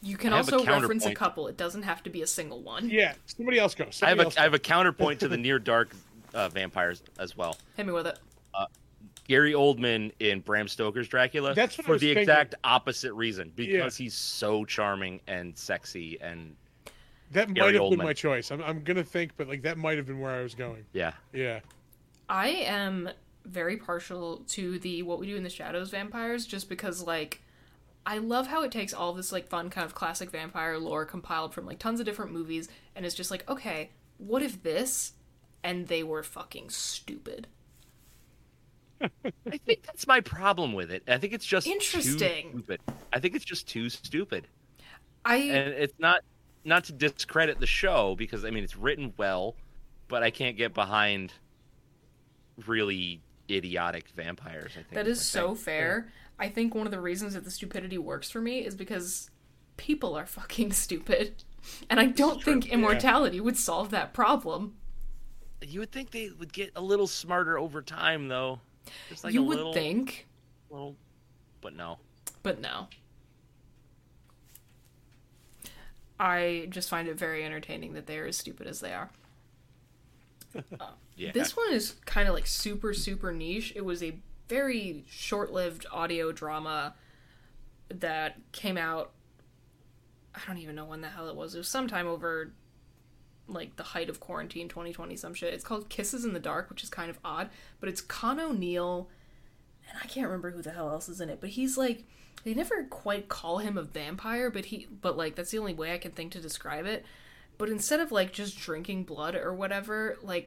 A: You can
B: I have a
A: also reference a
B: counterpoint.
A: couple. It doesn't have to be a single one.
C: yeah, somebody else goes.
B: I have a I have a counterpoint to the near dark uh, vampires as well.
A: Hit me with it.
B: Gary Oldman in Bram Stoker's Dracula.
C: That's what I
B: for
C: was
B: the
C: thinking.
B: exact opposite reason because
C: Yeah.
B: he's so charming and sexy and
C: that might
B: Gary
C: have been
B: Oldman.
C: my choice. I'm I'm gonna think, but like that might have been where I was going.
B: yeah.
C: Yeah.
A: I am very partial to the what we do in the shadows vampires just because like I love how it takes all this like fun kind of classic vampire lore compiled from like tons of different movies and it's just like okay, what if this and they were fucking stupid.
B: I think that's my problem with it. I think it's just too
A: Interesting.
B: stupid. I think it's just too stupid.
A: I
B: And it's not not to discredit the show because I mean it's written well, but I can't get behind really idiotic vampires, I think.
A: that
B: is
A: is
B: my thing.
A: so fair. I think one of the reasons that the stupidity works for me is because people are fucking stupid. And I don't think immortality would solve that problem.
B: You would think they would get a little smarter over time, though. Just like
A: you
B: a
A: would
B: little,
A: think,
B: little, but no.
A: but no. I just find it very entertaining that they are as stupid as they are. Uh,
B: Yeah.
A: This one is kind of like super, super niche. It was a very short lived audio drama that came out. I don't even know when the hell it was. It was sometime over like the height of quarantine 2020, some shit. It's called Kisses in the Dark, which is kind of odd, but it's Con O'Neill, and I can't remember who the hell else is in it, but he's like. They never quite call him a vampire, but he, but like that's the only way I can think to describe it. But instead of like just drinking blood or whatever, like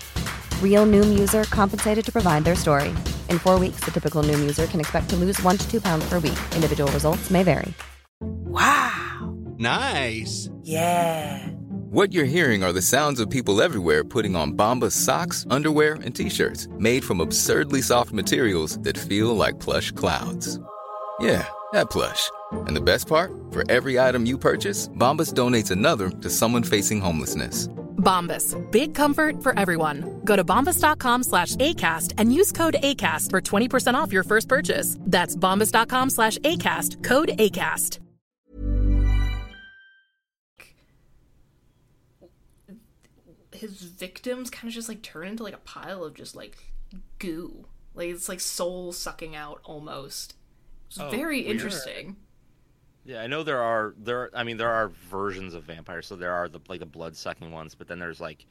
E: Real Noom user compensated to provide their story. In four weeks, the typical Noom user can expect to lose one to two pounds per week. Individual results may vary.
F: Nice.
G: Yeah. What you're hearing are the sounds of people everywhere putting on Bombas socks, underwear, and t-shirts made from absurdly soft materials that feel like plush clouds. Yeah, that plush. And the best part? For every item you purchase, Bombas donates another to someone facing homelessness.
H: Bombas. Big comfort for everyone. Go to bombas.com slash ACAST and use code ACAST for 20% off your first purchase. That's bombas.com slash ACAST. Code ACAST.
A: his victims kind of just like turn into like a pile of just like goo. Like it's like soul sucking out almost. It's
B: Oh,
A: very
B: weird.
A: interesting.
B: Yeah, I know there are there. I mean, there are versions of vampires. So there are the like the blood sucking ones, but then there's like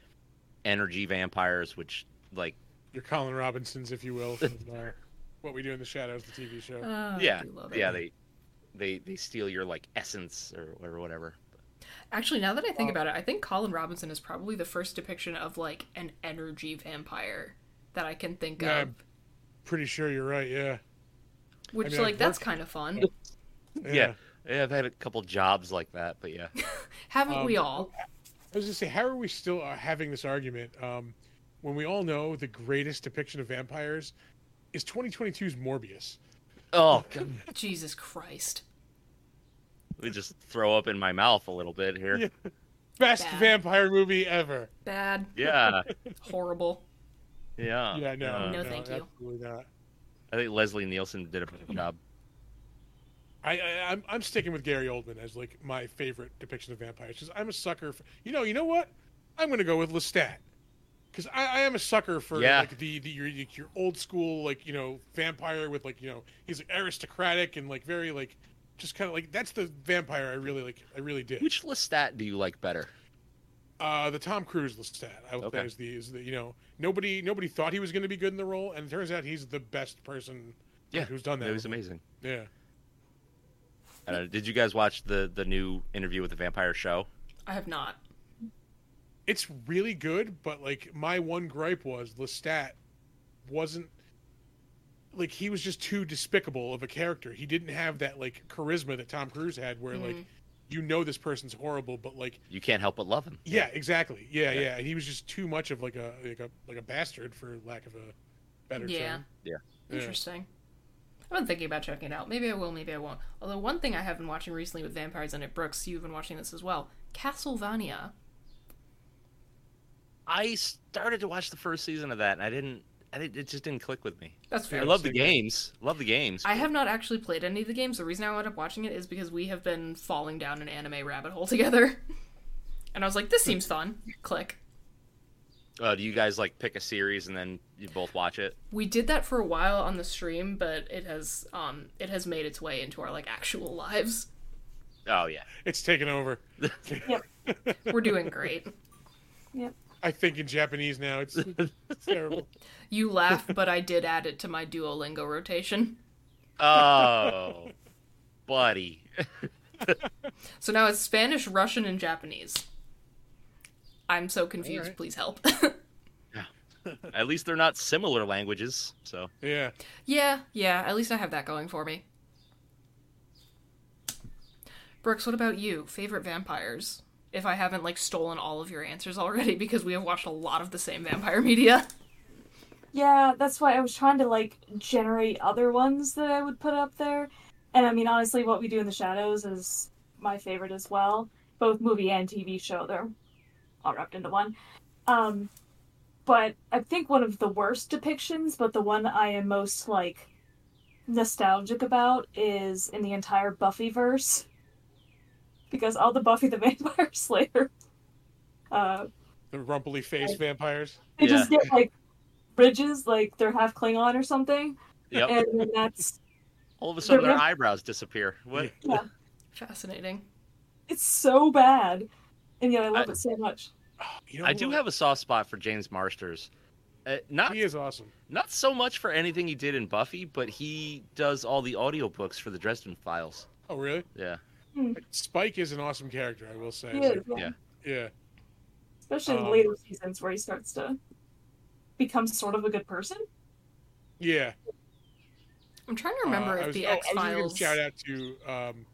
B: energy vampires, which like
C: Your Colin Robinsons, if you will, from our What We Do in the Shadows, the TV show.
A: Uh, Oh,
B: yeah, yeah, they they they steal your like essence or or whatever.
A: Actually, now that I think about it, I think Colin Robinson is probably the first depiction of like an energy vampire that I can think
C: Yeah,
A: of.
C: I'm pretty sure you're right. Yeah.
A: Which
C: I mean,
A: like
C: I've
A: that's
C: worked-
A: kind of fun.
B: Yeah. yeah, I've had a couple jobs like that, but yeah,
A: Haven't we
C: Um,
A: all?
C: I was gonna say, how are we still uh, having this argument um, when we all know the greatest depiction of vampires is 2022's Morbius?
B: Oh,
A: Jesus Christ.
B: we just throw up in my mouth a little bit here.
C: Yeah. Best
A: Bad.
C: vampire movie ever.
A: Bad.
B: Yeah,
A: Horrible.
B: yeah,
C: yeah, no,
B: uh,
A: No, thank you.
C: Absolutely not.
B: I think Leslie Nielsen did a good job.
C: I, I I'm I'm sticking with Gary Oldman as like my favorite depiction of vampires because I'm a sucker for you know you know what I'm gonna go with Lestat because I, I am a sucker for
B: Yeah.
C: like the, the your your old school like you know vampire with like you know he's like, aristocratic and like very like just kind of like that's the vampire I really like I really did
B: Which Lestat do you like better?
C: uh the Tom Cruise Lestat I would
B: Okay.
C: think is the is the you know nobody nobody thought he was gonna be good in the role and it turns out he's the best person
B: Yeah,
C: who's done that
B: It was amazing.
C: yeah
B: I don't know. Did you guys watch the the new interview with the vampire show?
A: I have not.
C: it's really good, but like my one gripe was Lestat wasn't like he was just too despicable of a character. He didn't have that like charisma that Tom Cruise had where like
B: Mhm.
C: you know this person's horrible, but like
B: You can't help but love him.
C: yeah, exactly. Yeah,
B: Yeah.
C: yeah. And he was just too much of like a like a like a bastard for lack of a better
A: Yeah.
C: term.
B: Yeah.
A: Interesting. I've been thinking about checking it out. Maybe I will, maybe I won't. Although one thing I have been watching recently with vampires in it, Brooks, you've been watching this as well. Castlevania.
B: I started to watch the first season of that, and I didn't. I didn't it just didn't click with me.
A: That's fair.
B: I love the games. Love the games.
A: I have not actually played any of the games. The reason I wound up watching it is because we have been falling down an anime rabbit hole together. and I was like, this seems fun. Click.
B: Uh, do you guys like pick a series and then you both watch it?
A: We did that for a while on the stream, but it has um it has made its way into our like actual lives.
B: Oh yeah.
C: It's taken over.
A: We're doing great.
C: I think in Japanese now it's, it's terrible.
A: You laugh, but I did add it to my Duolingo rotation.
B: Oh, buddy.
A: So now it's Spanish, Russian, and Japanese. I'm so confused.
C: Alright.
A: Please help.
B: At least they're not similar languages. So
C: Yeah.
A: yeah, yeah. At least I have that going for me. Brooks, what about you? Favorite vampires? If I haven't like stolen all of your answers already, because we have watched a lot of the same vampire media.
D: Yeah, that's why I was trying to like generate other ones that I would put up there. And I mean, honestly, what we do in the shadows is my favorite as well, both movie and TV show. They're all wrapped into one. Um, but I think one of the worst depictions, but the one I am most like nostalgic about is in the entire Buffy verse, because all the Buffy the Vampire Slayer, uh,
C: The rumply face vampires.
D: they just get like ridges, like they're half Klingon or something,
B: Yep.
D: and then that's
B: All of a sudden,
D: They're
B: their
D: not-
B: eyebrows disappear. What?
D: yeah,
A: Fascinating.
D: it's so bad, and yet I love it so much.
B: I do have a soft spot for James Marsters. Uh, not he
C: is awesome.
B: Not so much for anything he did in Buffy, but he does all the audiobooks for the Dresden Files.
C: Oh, really?
B: Yeah.
C: Spike is an awesome character, I will say.
D: He is, yeah.
C: Yeah.
D: Especially in
C: Um,
D: the later seasons where he starts to become sort of a good person.
C: Yeah.
A: I'm trying to remember
C: Uh, I
A: if
C: was-
A: the
C: oh, I
A: X
C: was gonna give a
A: Files.
C: Shout out to um,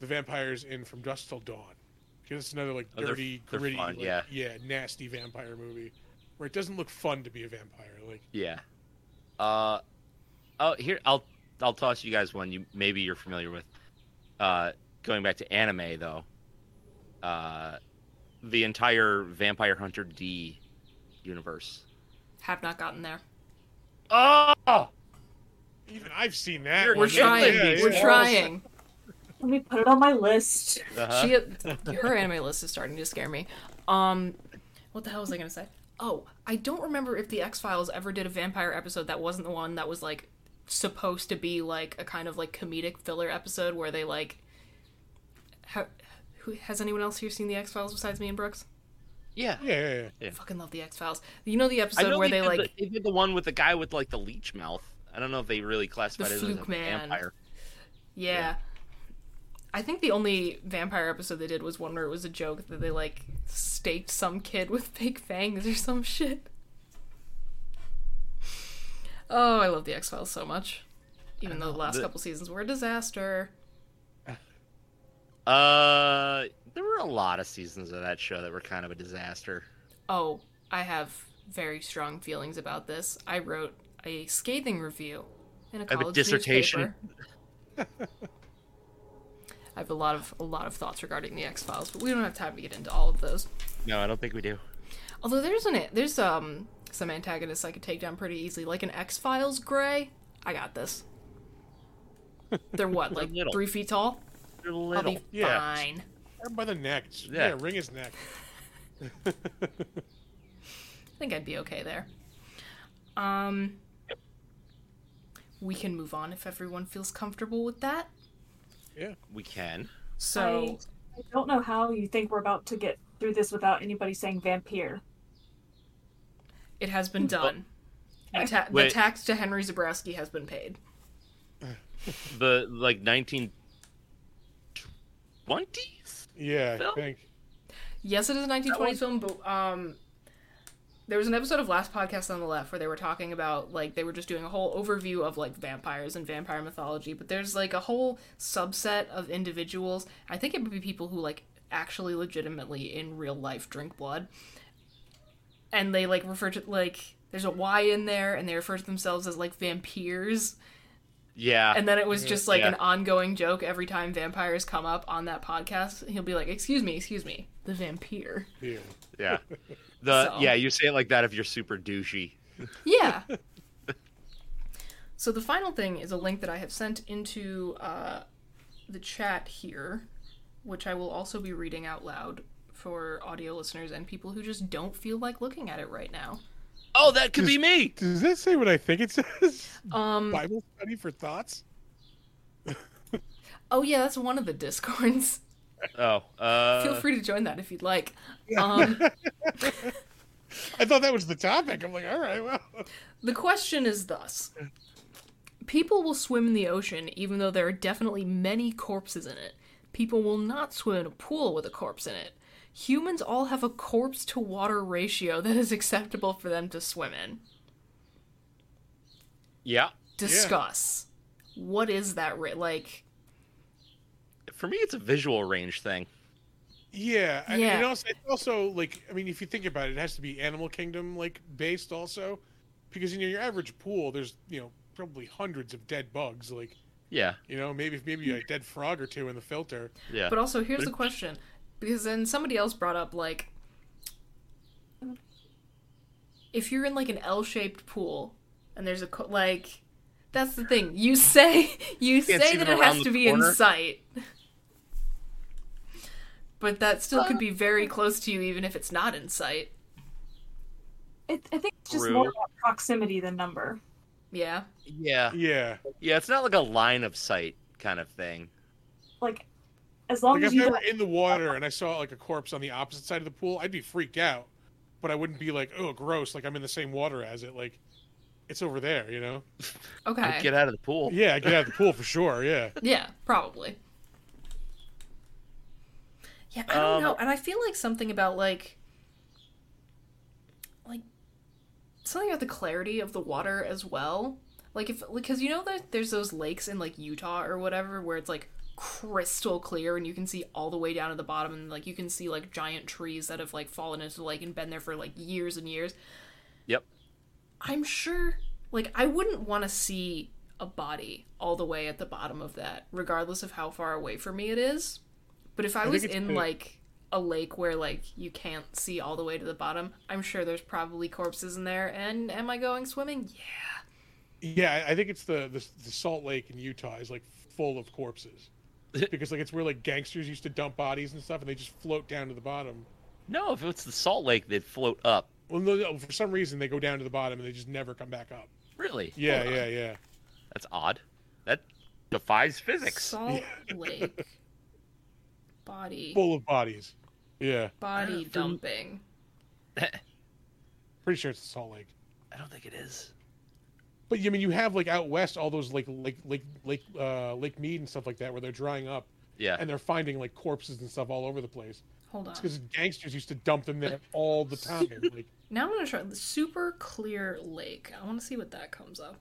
C: the vampires in From Dusk Till Dawn. Because it's another like
B: Oh, they're-
C: dirty,
B: they're
C: gritty,
B: fun,
C: like,
B: yeah.
C: nasty vampire movie where it doesn't look fun to be a vampire. Like,
B: Yeah. Uh, oh, here I'll I'll toss you guys one you maybe you're familiar with. Uh, going back to anime though. Uh, the entire Vampire Hunter D universe.
A: Have not gotten there.
B: Oh,
C: even I've seen that.
A: We're
C: one.
A: trying.
C: Yeah,
A: We're
C: yeah.
A: trying.
D: Let me put it on my list.
A: She, her anime list is starting to scare me. Um, what the hell was I gonna say? Oh, I don't remember if the X Files ever did a vampire episode that wasn't the one that was like supposed to be like a kind of like comedic filler episode where they like. Ha- who has anyone else here seen the X Files besides me and Brooks?
B: Yeah.
C: Yeah, yeah, yeah.
B: Yeah.
A: Fucking love the X Files. You know the
B: I
A: episode
B: know
A: where
B: they,
A: they
B: did the-
A: like
B: they did the one with the guy with like the leech mouth. I don't know if they really classified it as a
A: fluke man.
B: vampire.
A: Yeah. I think the only vampire episode they did was one where it was a joke that they like staked some kid with fake fangs or some shit. Oh, I love the X Files so much. Even though the last
B: The-
A: couple seasons were a disaster.
B: Uh, there were a lot of seasons of that show that were kind of a disaster.
A: Oh, I have very strong feelings about this. I wrote a scathing review in a
B: I have
A: college
B: a dissertation.
A: newspaper. I have a lot of a lot of thoughts regarding the X Files, but we don't have time to get into all of those.
B: No, I don't think we do.
A: Although there's an there's um some antagonists I could take down pretty easily, like an X Files Gray. I got this. They're what, like
C: little.
A: three feet tall?
B: They're
A: I'll be
C: little. Yeah.
A: fine.
C: Grab him by the neck. Just-
A: Yeah.
C: Yeah. ring his neck.
A: I think I'd be okay there. Um, we can move on if everyone feels comfortable with that.
C: Yeah.
B: We can.
A: So
D: I, I don't know how you think we're about to get through this without anybody saying vampire.
A: it has been done. The, ta- the
B: Wait.
A: tax to Henry Zabrowski has been paid.
B: The like nineteen twenty.
C: Yeah,
A: Film?
C: I think.
A: Yes, it is a 1920s film, but um, there was an episode of Last Podcast on the Left where they were talking about like they were just doing a whole overview of like vampires and vampire mythology, but there's like a whole subset of individuals. I think it would be people who like actually legitimately in real life drink blood, and they like refer to like there's a Y in there, and they refer to themselves as like vampires.
B: Yeah.
A: And then it was just like
B: Yeah.
A: an ongoing joke every time vampires come up on that podcast. He'll be like, "Excuse me, excuse me, the vampire."
C: Yeah.
B: Yeah. The
A: So.
B: yeah, you say it like that if you're super douchey.
A: Yeah. so the final thing is a link that I have sent into uh, the chat here, which I will also be reading out loud for audio listeners and people who just don't feel like looking at it right now.
B: Oh, that could be me.
C: Does that say what I think it says?
A: Um,
C: Bible study for thoughts.
A: Oh yeah, that's one of the discords.
B: Oh, uh,
A: feel free to join that if you'd like. Um,
C: I thought that was the topic. I'm like, all right, well.
A: The question is thus People will swim in the ocean even though there are definitely many corpses in it. People will not swim in a pool with a corpse in it. Humans all have a corpse to water ratio that is acceptable for them to swim in.
B: Yeah.
A: Discuss. What is that ra- like?
B: For me, it's a visual range thing.
C: Yeah, I mean,
A: Yeah.
C: and also, it's also like I mean, if you think about it, it has to be Animal Kingdom like based also, because you know your average pool, there's you know probably hundreds of dead bugs, like
B: Yeah.
C: you know maybe maybe a dead frog or two in the filter.
B: Yeah.
A: But also, here's the question because then somebody else brought up like if you're in like an L-shaped pool and there's a co- like that's the thing. You say you
B: Can't
A: say
B: see
A: that
B: them
A: it
B: around
A: has
B: the
A: to be
B: corner.
A: in sight. But that still could be very close to you even if it's not in sight.
D: It, I think it's just
B: True.
D: more about proximity than number.
A: Yeah.
B: Yeah.
C: Yeah.
B: Yeah, it's not like a line of sight kind of thing.
D: Like, as long
C: like
D: as
C: if
D: you
C: they were
D: don't-
C: in the water and I saw like a corpse on the opposite side of the pool, I'd be freaked out. But I wouldn't be like, oh, gross! Like I'm in the same water as it. Like it's over there, you know.
A: Okay.
B: Get out of the pool.
C: Yeah, get out of the pool for sure. Yeah.
A: Yeah, probably. Yeah, I don't
C: Um,
A: know. And I feel like something about like like something about the clarity of the water as well. Like if because you know that there's those lakes in like Utah or whatever where it's like crystal clear and you can see all the way down to the bottom and like you can see like giant trees that have like fallen into the lake and been there for like years and years.
B: Yep.
A: I'm sure, like, I wouldn't want to see a body all the way at the bottom of that, regardless of how far away from me it is. But if
F: I
A: I,
F: think
A: was
F: it's
A: in,
F: been-
A: like, a lake where, like, you can't see all the way to the bottom, I'm sure there's probably corpses in there. And am I going swimming? Yeah.
C: Yeah, I I think it's the, the the Salt Lake in Utah is like full of corpses because like it's where like gangsters used to dump bodies and stuff, and they just float down to the bottom.
B: No, if it's the Salt Lake, they'd float up.
C: Well, no, no, for some reason they go down to the bottom and they just never come back up.
B: Really?
C: Yeah,
B: Hold on.
C: yeah, yeah.
B: That's odd. That defies physics.
A: Salt Lake. Body.
C: Full of bodies. Yeah,
A: Body dumping.
C: pretty sure it's the Salt Lake.
B: I don't think it is.
C: But I mean, you have like out west all those like like like like uh, Lake Mead and stuff like that where they're drying up.
B: Yeah.
C: and they're finding like corpses and stuff all over the place.
A: Hold on.
C: because gangsters used to dump them there all the time. Like,
A: Now I'm going to try the Super Clear Lake. I want to see what that comes up.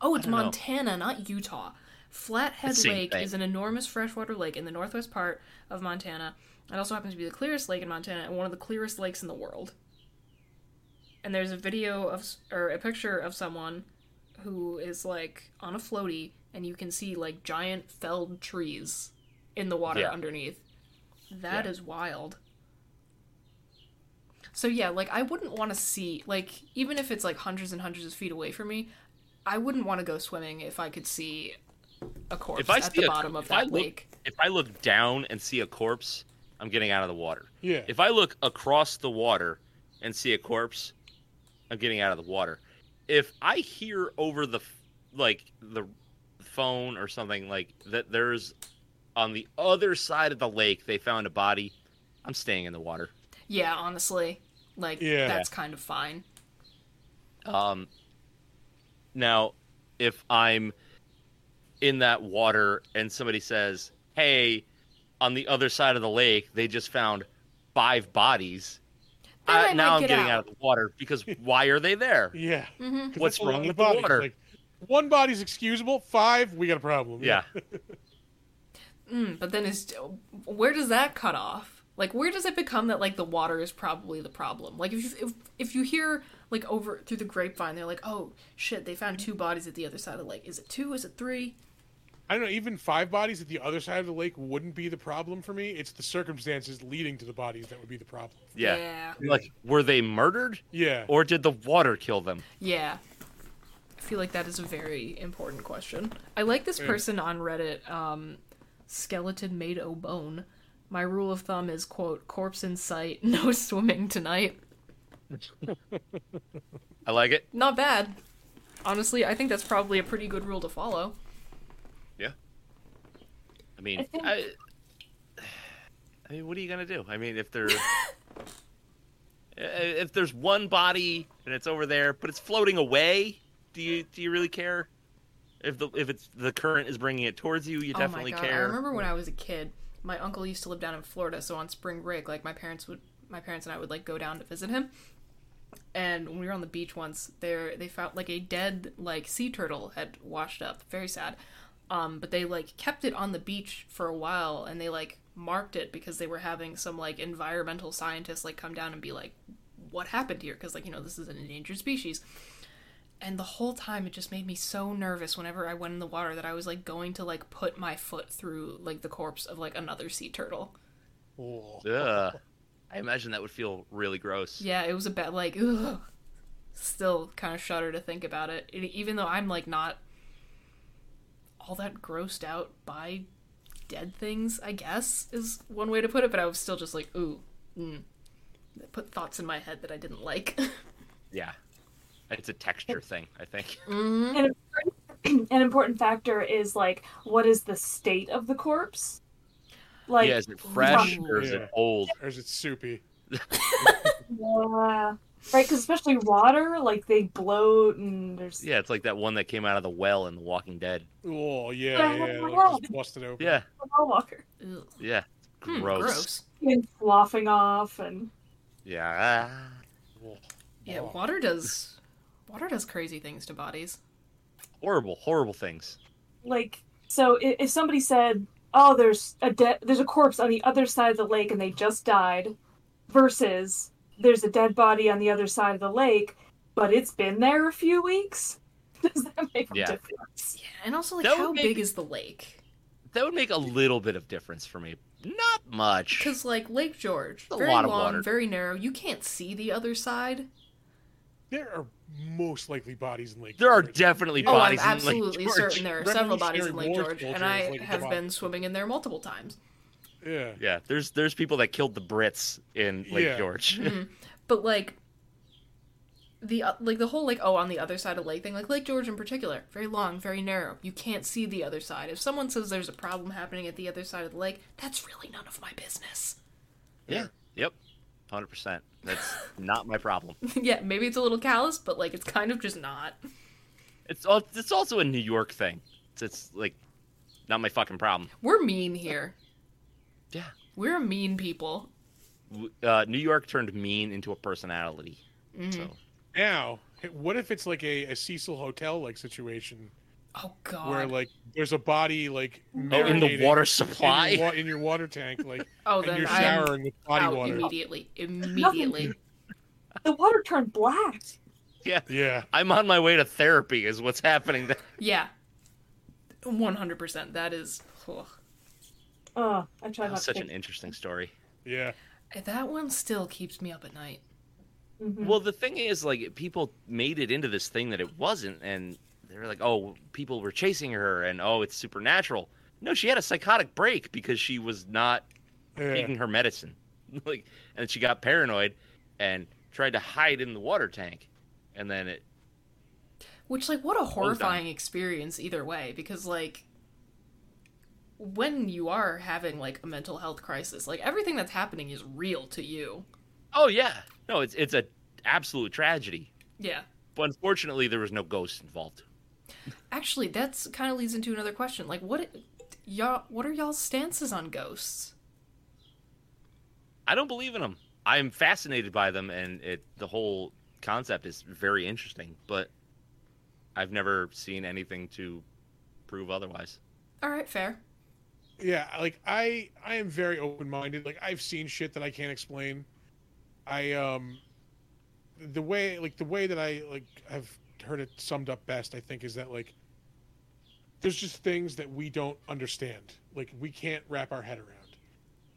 A: Oh, it's
C: I don't know.
A: Montana, not Utah. Flathead
F: It's the same
A: Lake
F: thing.
A: is an enormous freshwater lake in the northwest part of Montana. It also happens to be the clearest lake in Montana and one of the clearest lakes in the world. And there's a video of s- or a picture of someone who is like on a floaty and you can see like giant felled trees in the water
F: Yeah.
A: underneath. That is
F: Yeah.
A: wild. So yeah, like I wouldn't want to see like even if it's like hundreds and hundreds of feet away from me, I wouldn't want to go swimming if I could see a corpse
B: If I
A: at
B: see
A: the
B: a-
A: bottom of
B: if I
A: that
B: look-
A: lake.
B: If I look down and see a corpse, I'm getting out of the water.
C: Yeah.
B: If I look across the water and see a corpse, I'm getting out of the water. If I hear over the f- like the phone or something like that there's on the other side of the lake they found a body, I'm staying in the water.
A: Yeah, honestly, like
B: Yeah.
A: that's kind of fine.
B: Um, now, if I'm in that water and somebody says, "Hey, on the other side of the lake, they just found five bodies,"
A: Then I
B: uh, now
A: might
B: I'm
A: get
B: getting
A: out.
B: out. of the water because why are they there?
C: yeah. 'Cause
B: What's
C: that's a lot
B: wrong
C: of
B: with the
C: bodies,
B: water?
C: Like, one body's excusable. Five, we got a problem.
B: yeah.
A: Mm, but then is where does that cut off? Like where does it become that like the water is probably the problem? Like if you, if if you hear like over through the grapevine, they're like, oh shit, they found two bodies at the other side of the lake. Is it two? Is it three?
C: I don't know. Even five bodies at the other side of the lake wouldn't be the problem for me. It's the circumstances leading to the bodies that would be the problem.
B: yeah,
A: Yeah.
B: Like, were they murdered?
C: Yeah.
B: Or did the water kill them?
A: Yeah. I feel like that is a very important question. I like this
B: Yeah.
A: person on Reddit, um, Skeleton Made O Bone. My rule of thumb is, quote, corpse in sight, no swimming tonight.
B: I like it.
A: Not bad. Honestly, I think that's probably a pretty good rule to follow.
B: I mean, I,
A: I think-
B: I mean, what are you gonna do? I mean, if there's if there's one body and it's over there, but it's floating away, do you do you really care? If the if it's the current is bringing it towards you, you definitely
A: oh my God.
B: care.
A: I remember when I was a kid, my uncle used to live down in Florida, so on spring break, like my parents would my parents and I would like go down to visit him. And when we were on the beach once, there they found like a dead like sea turtle had washed up. Very sad. Um, but they like kept it on the beach for a while and they like marked it because they were having some like environmental scientists like come down and be like what happened here because like you know this is an endangered species and the whole time it just made me so nervous whenever i went in the water that i was like going to like put my foot through like the corpse of like another sea turtle
B: Ugh. I imagine that would feel really gross.
A: yeah it was a bad like ugh. still kind of shudder to think about it. And even though I'm like not all that grossed out by dead things, I guess is one way to put it. But I was still just like, ooh, mm. It put thoughts in my head that I didn't like.
B: Yeah. It's a texture thing, I think.
D: An, important, an important factor is like, what is the state of the corpse? Like,
B: yeah, is it fresh or is
C: Yeah.
B: it old?
C: Or is it soupy?
D: Yeah. Right, because especially water, like they bloat and there's
B: Yeah, it's like that one that came out of the well in The Walking Dead.
C: Oh yeah,
D: Yeah,
C: yeah.
D: what the
C: like,
D: hell?
C: just Busted open.
B: Yeah,
D: Paul Walker
B: yeah.
A: Hmm,
B: Gross.
A: gross.
D: and sloughing off and
B: Yeah. uh,
C: Oh.
A: Yeah, water does water does crazy things to bodies.
B: Horrible, horrible things.
D: like so. i- If somebody said, "Oh, there's a dead, there's a corpse on the other side of the lake and they just died," versus "There's a dead body on the other side of the lake, but it's been there a few weeks," does that make a
B: Yeah.
D: difference?
A: Yeah, and also like
B: That would
A: how
B: make-
A: big is the lake?
B: That would make a little bit of difference for me. Not much.
A: Because like Lake George,
B: A
A: very
B: lot of
A: long,
B: water.
A: very narrow. You can't see the other side.
C: There are most likely bodies in Lake.
B: There are
C: George.
B: definitely
A: Oh, I'm
B: bodies in Lake
A: absolutely
B: George.
A: certain there are
C: Revolutionary
A: several bodies in Lake
C: War
A: George, and
C: culture
A: I
C: is like
A: have
C: the
A: been swimming in there multiple times.
C: Yeah.
B: Yeah, there's there's people that killed the Brits in Lake
C: Yeah.
B: George.
A: But like the o- like the whole like oh on the other side of lake thing, like Lake George in particular, very long, very narrow. You can't see the other side. If someone says there's a problem happening at the other side of the lake, that's really none of my business.
B: yeah. Yep. Hundred percent. That's not my problem.
A: yeah, maybe it's a little callous, but like it's kind of just not.
B: It's al- it's also a New York thing. It's, it's like not my fucking problem.
A: We're mean here.
B: Yeah.
A: We're mean people.
B: W- Uh, New York turned mean into a personality. So
C: Now, what if it's like a, a Cecil Hotel like situation
A: Oh god.
C: where like there's a body like
B: Oh, the
C: marinated
B: water
C: in your
B: supply?
C: wa- in your, water tank like
A: Oh,
C: and
A: then
C: you're
A: I am
C: showering with body
A: out
C: water.
A: immediately. Immediately.
D: The water turned black.
B: yeah,
C: Yeah.
B: I'm on my way to therapy. Is what's happening. There.
A: yeah. 100%. That is ugh.
D: Oh, I tried
B: That
D: not
B: was
D: to
B: such
D: think.
B: an interesting story.
C: Yeah.
A: That one still keeps me up at night.
B: Well, the thing is, like, people made it into this thing that it wasn't, and they were like, "Oh, people were chasing her, and oh, it's supernatural." No, she had a psychotic break because she was not
A: Mm-hmm.
C: Yeah.
B: taking her medicine, like, and she got paranoid and tried to hide in the water tank, and then it.
A: Which, like, what a horrifying experience either way, because, like, when you are having, like, a mental health crisis, like, everything that's happening is real to you.
B: Oh yeah, no, it's it's a absolute tragedy,
A: Yeah.
B: but unfortunately, there was no ghost involved.
A: Actually, that's kind of leads into another question. Like, what, y'all, what are y'all's stances on ghosts?
B: I don't believe in them. I'm fascinated by them, and it the whole concept is very interesting. But I've never seen anything to prove otherwise.
A: All right, fair.
C: Yeah, like I I am very open-minded. Like I've seen shit that I can't explain. I um the way like the way that I like have heard it summed up best, I think is that like there's just things that we don't understand. Like we can't wrap our head around.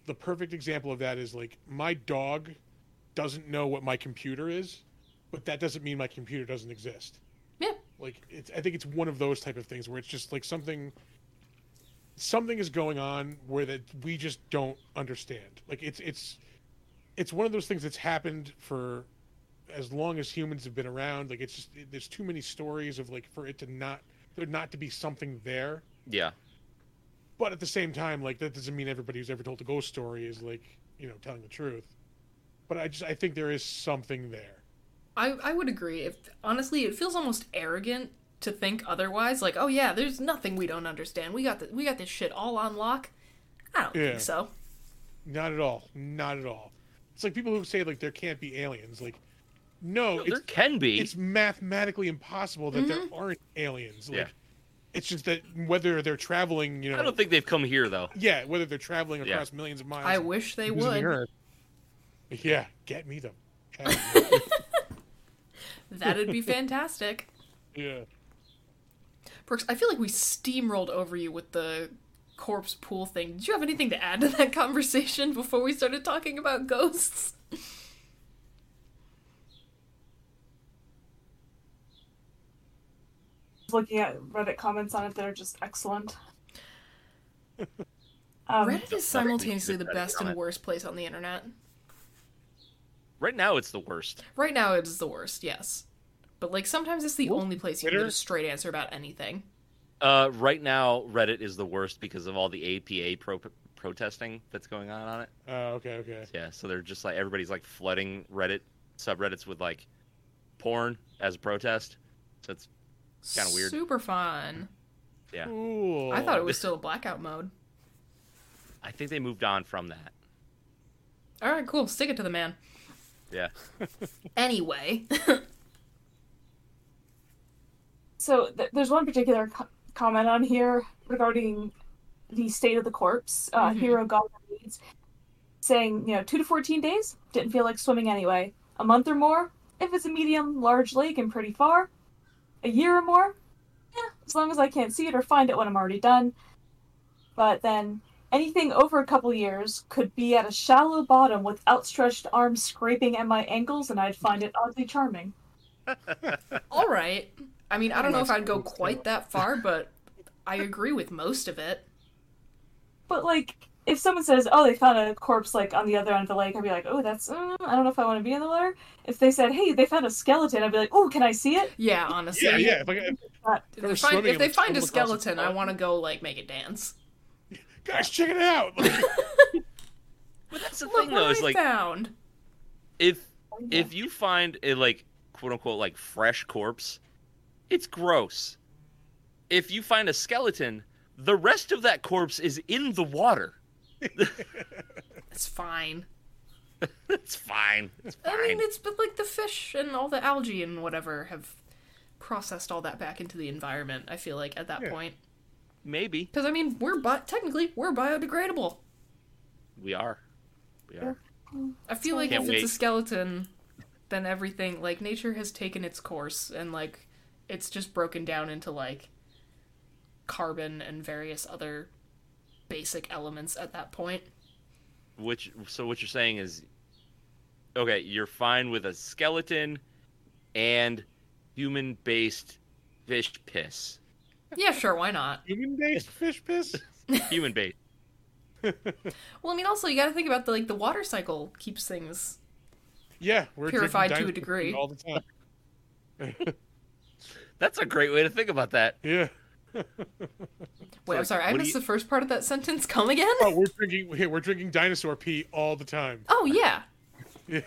C: The perfect example of that is like my dog doesn't know what my computer is, but that doesn't mean my computer doesn't exist.
A: Yeah.
C: Like it's I think it's one of those type of things where it's just like something something is going on where that we just don't understand. Like it's it's it's one of those things that's happened for as long as humans have been around. Like it's just it, there's too many stories of like for it to not there not to be something there.
B: Yeah,
C: But at the same time, like that doesn't mean everybody who's ever told a ghost story is like you know telling the truth. But I just I think there is something there.
A: I, I would agree. If honestly, it feels almost arrogant to think otherwise. Like, oh yeah, there's nothing we don't understand. We got the, we got this shit all on lock. I don't
C: Yeah.
A: think so.
C: Not at all. Not at all. It's like people who say like there can't be aliens. Like no,
B: No,
C: it's,
B: there can be.
C: It's mathematically impossible that
A: Mm-hmm.
C: there aren't aliens. Like,
B: Yeah.
C: It's just that whether they're traveling, you know,
B: I don't think they've come here though.
C: yeah, whether they're traveling
B: Yeah.
C: across millions of miles.
A: I wish they
C: using the
A: would.
C: Earth. Yeah, get me them.
A: That'd be fantastic.
C: yeah.
A: Brooks, I feel like we steamrolled over you with the corpse pool thing. Did you have anything to add to that conversation before we started talking about ghosts?
D: looking at Reddit comments on it that are just excellent.
A: Reddit is simultaneously the best and worst place on the internet.
B: Right now, it's the worst.
A: Right now, it is the worst, yes. But like sometimes it's the only place you can get
B: Twitter?
A: a straight answer about anything.
B: Uh, right now, Reddit is the worst because of all the APA pro- protesting that's going on on it.
C: Oh, okay, okay.
B: Yeah, so they're just like everybody's like flooding Reddit subreddits with like porn as a protest. So it's kind of weird.
A: Super fun.
B: Yeah,
A: I thought it was still a blackout mode.
B: I think they moved on from that.
A: All right, cool. Stick it to the man.
B: Yeah.
A: Anyway,
D: So th- there's one particular co- comment on here regarding the state of the corpse. Uh,
F: Mhm.
D: Hero God reads, saying, you know, two to fourteen days. Didn't feel like swimming anyway. A month or more, if it's a medium large lake and pretty far. A year or more, yeah, as long as I can't see it or find it when I'm already done. But then anything over a couple years could be at a shallow bottom with outstretched arms scraping at my ankles, and I'd find it oddly charming.
A: all right. I mean, I don't know if I'd go
D: Nice.
A: quite that far, but I agree with most of it.
D: But like, if someone says, "Oh, they found a corpse like on the other end of the lake," I'd be like, "Oh, that's uh, I don't know if I want to be in the water." If they said, "Hey, they found a skeleton," I'd be like, "Oh, can I see it?"
A: Yeah, honestly.
C: Yeah, yeah. If, I, if,
A: If
C: I
A: they
C: was
A: find,
C: swimming
A: if
C: and
A: they
C: was
A: find a
C: stumbled across
A: skeleton, I want to go like make a dance.
C: Guys, check it out.
B: but that's
A: the
B: thing, though, is, like-
A: found.
B: If
A: Oh,
B: if you find a like quote unquote like fresh corpse, it's gross. If you find a skeleton, the rest of that corpse is in the water.
A: It's fine.
B: it's fine. It's fine.
A: I mean, it's but like the fish and all the algae and whatever have processed all that back into the environment. I feel like at that
B: Yeah.
A: point,
B: maybe
A: because I mean, we're bi- technically we're biodegradable.
B: we are. We are.
A: I feel like
B: Can't
A: if
B: wait.
A: it's a skeleton, then everything like nature has taken its course and like it's just broken down into like carbon and various other basic elements at that point.
B: Which so what you're saying is okay, you're fine with a skeleton and human based fish piss.
A: Yeah, sure, why not?
C: Human based fish piss?
B: human bait.
A: Well, I mean, also you got to think about the like the water cycle keeps things
C: yeah, we're drinking
A: purified to a
C: dinosaur
A: degree.
C: food all the time.
B: That's a great way to think about that.
C: Yeah.
A: Wait, I'm
B: like,
A: sorry, I
B: what do
A: missed
B: you-
A: the first part of that sentence. Come again?
C: Oh, we're drinking. Hey, we're drinking dinosaur pee all the time.
A: Oh yeah.
C: Yeah.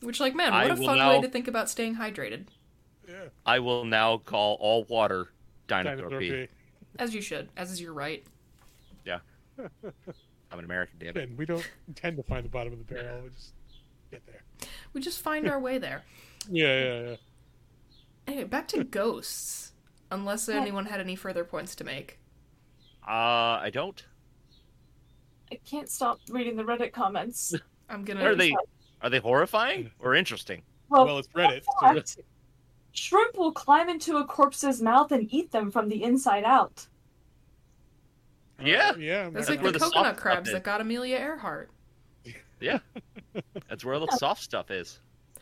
A: Which like man,
B: I
A: what a
B: will
A: fun
B: now-
A: way to think about staying hydrated.
B: I will now call all water dinosaur
C: Dinosaur
B: pee.
C: pee.
A: As you should, as is your right.
B: Yeah. I'm an American, damn it.
C: And we don't intend to find the bottom of the barrel. We just get there.
A: We just find our way there.
C: Yeah, yeah, yeah.
A: Anyway, back
B: Hmm.
A: to ghosts. Unless
D: Yeah.
A: anyone had any further points to make.
B: Uh, I don't.
D: I can't stop reading the Reddit comments.
A: I'm gonna.
B: Are they are they horrifying or interesting?
D: Well,
C: it's Reddit.
D: fact, shrimp will climb into a corpse's mouth and eat them from the inside out.
C: Uh,
B: Yeah,
C: yeah.
A: That's like the, coconut crabs that got Amelia Earhart.
B: Yeah, that's where all the soft stuff is.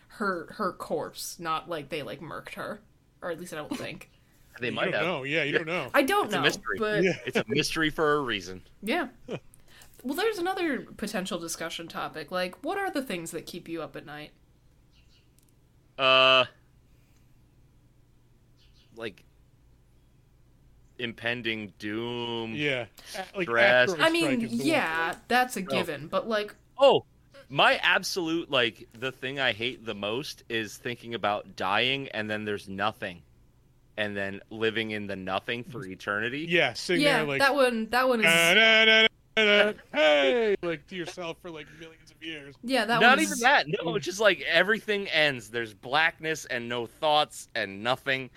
A: Her her corpse, not like they like murked her, or at least I don't think.
B: They
C: You
B: might
C: don't
B: have.
C: know. Yeah, you don't know.
A: I don't
B: it's
A: know,
B: a mystery.
A: but- Yeah.
B: It's a mystery for a reason.
A: Yeah. Well, there's another potential discussion topic. Like, what are the things that keep you up at night?
B: Uh, like impending doom.
C: Yeah, like
B: stress.
A: I mean, yeah, that's a
B: No.
A: given. But like,
B: Oh, my absolute like the thing I hate the most is thinking about dying and then there's nothing, and then living in the nothing for eternity.
C: Yeah, sitting
A: yeah,
C: there like Uh,
A: that one, that one is,
C: "Na, na, na, na, na, hey, like to yourself for like millions of years.
A: yeah, that Mm.
B: Not
A: one's-
B: even that. No, it's just like everything ends. There's blackness and no thoughts and nothing,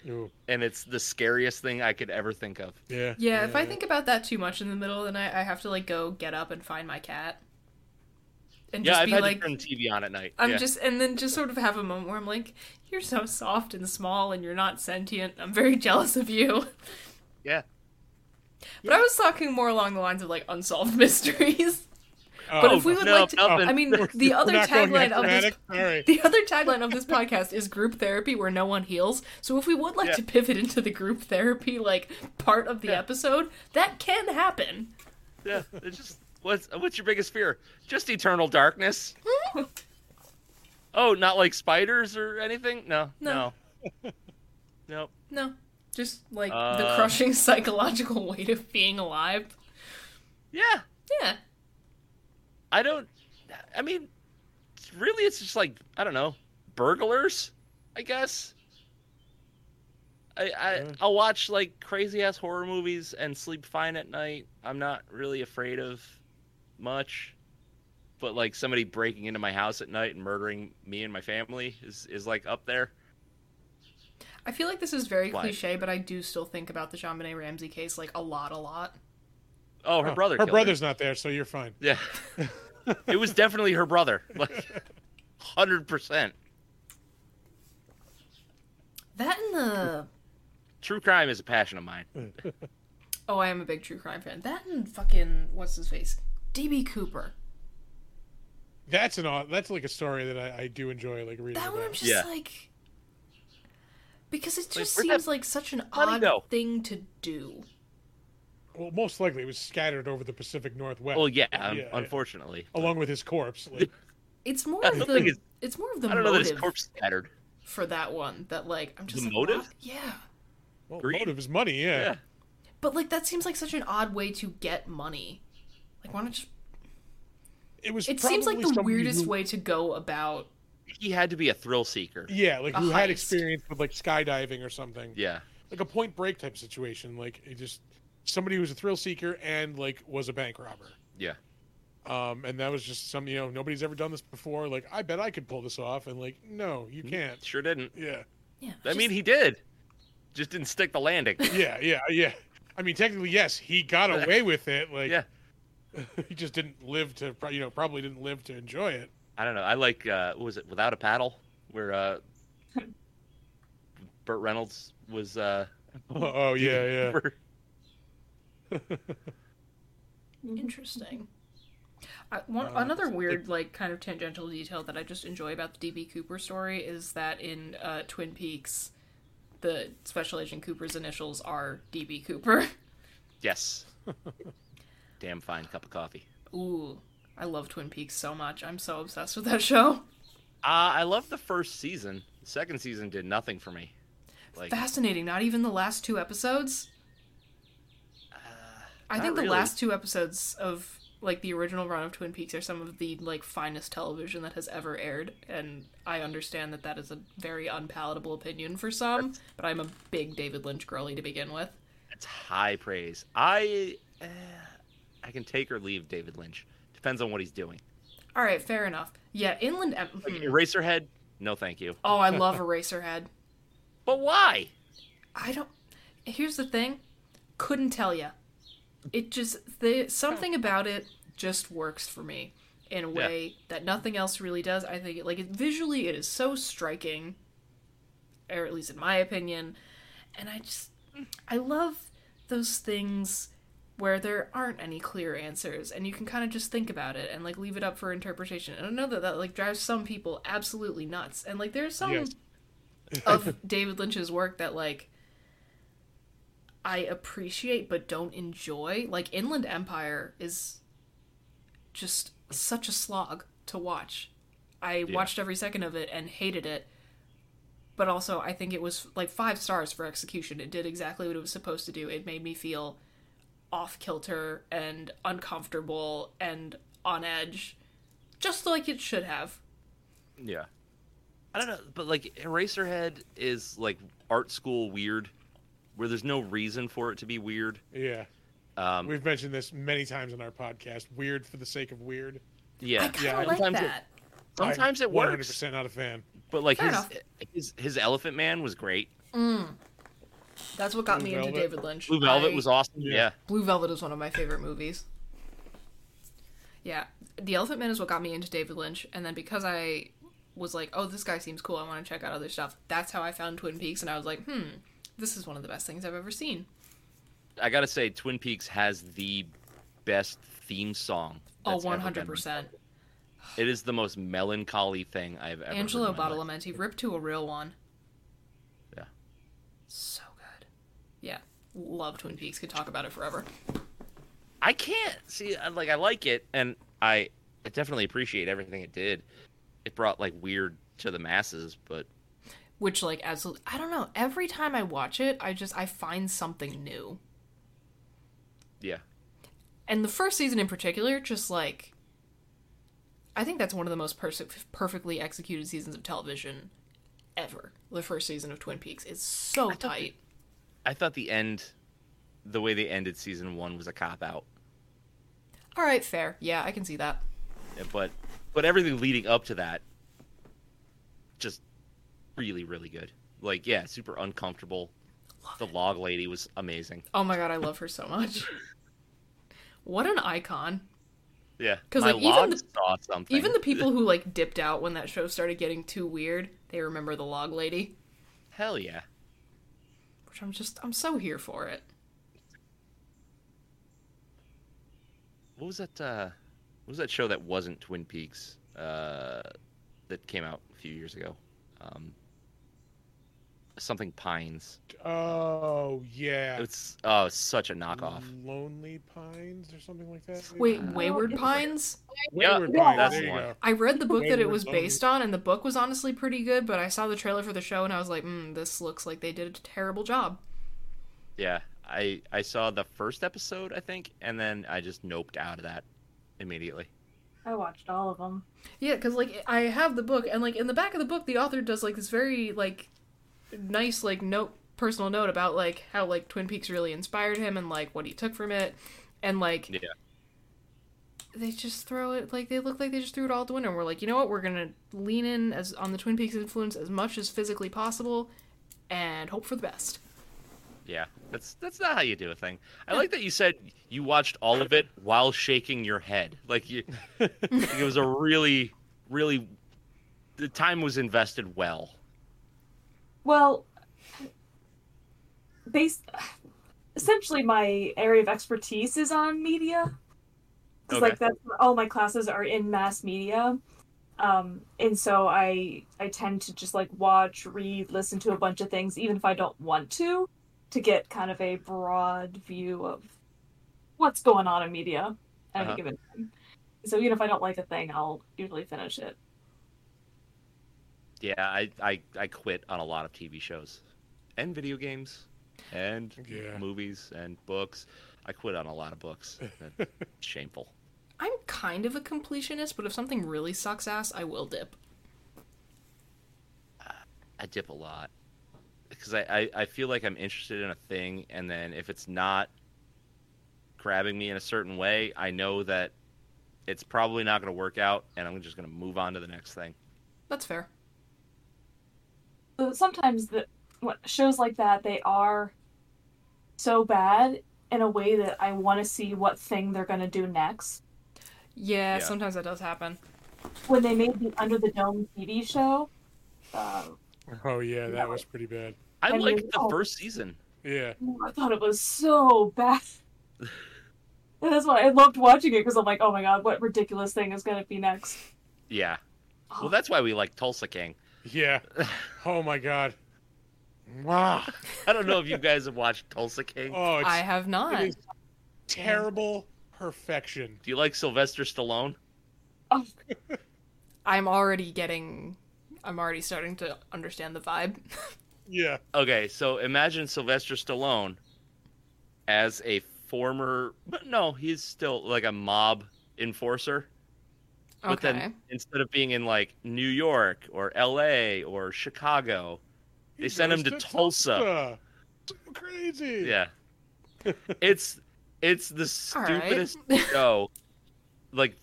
B: and it's the scariest thing I could ever think of.
C: Yeah.
A: Yeah, if I think about that too much in the middle of the night, I have to like go get up and find my cat, and
B: yeah,
A: just
B: I've
A: be
B: had
A: like,
B: to turn TV on at night.
A: I'm
B: yeah.
A: just, and then just sort of have a moment where I'm like, you're so soft and small, and you're not sentient. I'm very jealous of you.
B: Yeah.
A: But I was talking more along the lines of like unsolved mysteries. But if we would like to, I mean, the other
C: Oh, We're not going
A: tagline of this,
C: necromantic? All right.
A: the other tagline of this podcast is group therapy where no one heals. So if we would like
C: Yeah.
A: to pivot into the group therapy like part of the episode, that can happen.
B: Yeah, it's just what's what's your biggest fear? Just eternal darkness. oh, not like spiders or anything? No,
A: No.
B: no, nope.
A: No, just like the
B: Uh,
A: crushing psychological weight of being alive.
B: Yeah.
A: Yeah.
B: I don't. I mean, it's really, it's just like I don't know, burglars. I guess. I, I I'll watch like crazy ass horror movies and sleep fine at night. I'm not really afraid of much, but like somebody breaking into my house at night and murdering me and my family is is like up there.
A: I feel like this is very
B: Why?
A: cliche, but I do still think about the JonBenet Ramsey case like a lot, a lot.
B: Oh, her
C: Oh,
B: brother.
C: Her
B: killed
C: brother's not there, so you're fine.
B: Yeah. it was definitely her brother. Like, hundred percent.
A: That and the
B: True crime is a passion of mine.
A: oh, I am a big true crime fan. That and fucking what's his face, DB Cooper.
C: That's an odd. That's like a story that I, I do enjoy, like reading.
A: That one
C: about.
A: I'm just like because it just
C: where'd that
A: seems like such an
C: money
A: odd
C: go?
A: thing to do.
C: Well, most likely it was scattered over the Pacific Northwest.
B: Well, yeah, um, unfortunately.
C: Along with his corpse. Like,
A: It's more
B: I
A: of
B: don't
A: the
B: think
A: it's,
B: it's-
A: more of the
B: I don't know that his
A: motive
B: corpse scattered.
A: for that one that like I'm just
B: The
A: like,
B: motive?
A: what? Yeah,
C: well, motive is money, yeah.
A: but like that seems like such an odd way to get money. Like why don't you?
C: It was.
A: It seems like
C: probably
A: the
C: somebody
A: weirdest
C: who-
A: way to go about.
B: He had to be a thrill seeker.
C: Yeah, like
A: A
C: who had
A: heist.
C: experience with like skydiving or something.
B: Yeah.
C: Like a Point Break type situation. Like it just somebody who was a thrill seeker and like was a bank robber.
B: Yeah.
C: Um, and that was just some you know nobody's ever done this before. Like I bet I could pull this off, and like no, you
B: Mm-hmm.
C: can't.
B: Sure didn't.
C: Yeah.
A: Yeah.
B: I mean, he did. Just didn't stick the landing.
C: Yeah, yeah, yeah. I mean, technically, yes, he got away with it. Like,
B: Yeah.
C: he just didn't live to, pro- you know, probably didn't live to enjoy it.
B: I don't know. I like, uh, what was it, Without a Paddle? Where uh, Burt Reynolds was. Uh,
C: Oh, yeah, yeah.
A: Interesting. I, one,
B: Uh,
A: another
B: it's-
A: weird, like, kind of tangential detail that I just enjoy about the DB Cooper story is that in uh, Twin Peaks, the Special Agent Cooper's initials are DB Cooper.
B: Yes. Damn fine cup of coffee.
A: Ooh, I love Twin Peaks so much. I'm so obsessed with that show.
B: Uh, I love the first season. The second season did nothing for me. Like,
A: Fascinating. Not even the last two episodes. I
B: not
A: think the
B: really.
A: last two episodes of like the original run of Twin Peaks are some of the like finest television that has ever aired, and I understand that that is a very unpalatable opinion for some, but I'm a big David Lynch girly to begin with.
B: It's high praise. I uh, I can take or leave David Lynch. Depends on what he's doing.
A: All right, fair enough. Yeah, Inland. Em-
B: Like,
A: hmm.
B: Eraserhead, no thank you.
A: Oh, I love Eraserhead.
B: But why?
A: I don't. Here's the thing. Couldn't tell ya. It just the something about it just works for me in a
B: Yeah.
A: way that nothing else really does. I think it, like it, visually it is so striking, or at least in my opinion, and I just I love those things where there aren't any clear answers and you can kind of just think about it and like leave it up for interpretation. And I know that that like drives some people absolutely nuts. And like there's some
C: Yes.
A: of David Lynch's work that like I appreciate but don't enjoy. Like Inland Empire is just such a slog to watch. I
F: Yeah.
A: watched every second of it and hated it. But also, I think it was like five stars for execution. It did exactly what it was supposed to do. It made me feel off kilter and uncomfortable and on edge, just like it should have.
B: Yeah. I don't know, but like Eraserhead is like art school weird, where there's no reason for it to be weird.
C: Yeah.
B: Um,
C: We've mentioned this many times on our podcast. Weird for the sake of weird.
B: Yeah. I kinda like
C: sometimes it-
B: that. sometimes it
C: I'm
B: works.
C: 100% not a fan.
B: But like
A: Fair
B: his,
A: enough.
B: his his Elephant Man was great.
A: Mm. That's what got
C: Blue
A: me into
C: Velvet.
A: David Lynch.
B: Blue Velvet
A: I-
B: was awesome. Yeah.
A: Blue Velvet is one of my favorite movies. Yeah, The Elephant Man is what got me into David Lynch, and then because I was like, "Oh, this guy seems cool. I want to check out other stuff." That's how I found Twin Peaks, and I was like, "Hmm, this is one of the best things I've ever seen."
B: I gotta say, Twin Peaks has the best theme song
A: Oh,
B: that's ever
A: one
B: been
A: hundred
B: recorded.
A: percent.
B: It is the most melancholy thing I've ever. heard in
A: Angelo
B: my life.
A: Badalamenti ripped to a real one.
B: Yeah.
A: So good. Yeah, love Twin Peaks. Could talk about it forever.
B: I can't see I- like I like it, and I I definitely appreciate everything it did. It brought like weird to the masses, but
A: Which, like, absolutely, I don't know. Every time I watch it, I just I find something new.
B: yeah,
A: and the first season in particular just like i think that's one of the most pers- perfectly executed seasons of television ever the first season of twin peaks is so tight
B: I thought the end, the way they ended season one was a cop out,
A: all right fair yeah i can see that
B: but but everything leading up to that, just really really good. Like yeah, super uncomfortable. the log lady was amazing.
A: oh my god i love her so much what an icon
B: Yeah,
A: 'Cause,
B: my
A: like, even
B: log
A: the-
B: saw something.
A: even the people who like dipped out when that show started getting too weird they remember the log lady
B: hell yeah
A: which i'm just i'm so here for it
B: what was that uh what was that show that wasn't twin peaks uh that came out a few years ago um something pines
C: Oh yeah,
B: it's oh it's such a knockoff
C: Mm. Lonely Pines or something like that. maybe?
A: wait wayward pines
C: Wayward
B: Yeah,
C: Pines.
B: Uh, that's
C: there you
B: the one.
C: go.
A: I read the book that it was
C: Wayward
A: based on, and the book was honestly pretty good, but I saw the trailer for the show and I was like, mm, this looks like they did a terrible job.
B: yeah i i saw the first episode i think and then i just noped out of that immediately
D: I watched all of them.
A: Yeah, because, like, I have the book, and, like, in the back of the book, the author does, like, this very, like, nice, like, note, personal note about, like, how, like, Twin Peaks really inspired him and, like, what he took from it. And, like,
B: yeah
A: they just throw it, like, they look like they just threw it all at the window. And we're like, you know what? We're going to lean in as on the Twin Peaks influence as much as physically possible and hope for the best.
B: yeah that's that's not how you do a thing i like that you said you watched all of it while shaking your head like you it was a really really the time was invested well
D: Well, based essentially my area of expertise is on media. 'Cause,
B: Okay.
D: like that's all my classes are in mass media. Um, and so I I tend to just like watch, read, listen to a bunch of things even if I don't want to to get kind of a broad view of what's going on in media at
B: Uh-huh.
D: any given time. So even if I don't like a thing, I'll usually finish it.
B: Yeah, I, I I quit on a lot of TV shows, and video games, and movies and books. I quit on a lot of books. That's shameful.
A: I'm kind of a completionist, but if something really sucks ass, I will dip.
B: I dip a lot because I, I I feel like I'm interested in a thing, and then if it's not grabbing me in a certain way, I know that it's probably not going to work out, and I'm just going to move on to the next thing.
A: That's fair.
D: But sometimes the what shows like that they are so bad in a way that I want to see what thing they're going to do next.
A: Yeah,
D: Yeah.
A: sometimes that does happen.
D: When they made the Under the Dome TV show, uh,
C: Oh yeah, that was pretty bad.
B: I
D: I mean,
B: liked the
D: oh.
B: first season.
C: Yeah.
D: I thought it was so bad. And that's why I loved watching it because I'm like, oh my god, what ridiculous thing is going to be next?
B: Yeah. Well, that's why we like Tulsa King.
C: Yeah. Oh my god. Wow.
B: I don't know if you guys have watched Tulsa King.
C: Oh, it's,
A: I have not.
C: It is terrible perfection.
B: Do you like Sylvester Stallone?
A: I'm already getting. I'm already starting to understand the vibe.
C: Yeah.
B: Okay, so imagine Sylvester Stallone as a former, but no, he's still like a mob enforcer. But
A: Okay.
B: then instead of being in like New York or L.A. or Chicago, they sent him to
C: Goes
B: Tulsa.
C: Tulsa. Crazy.
B: Yeah, it's it's the
A: All right.
B: stupidest show. Like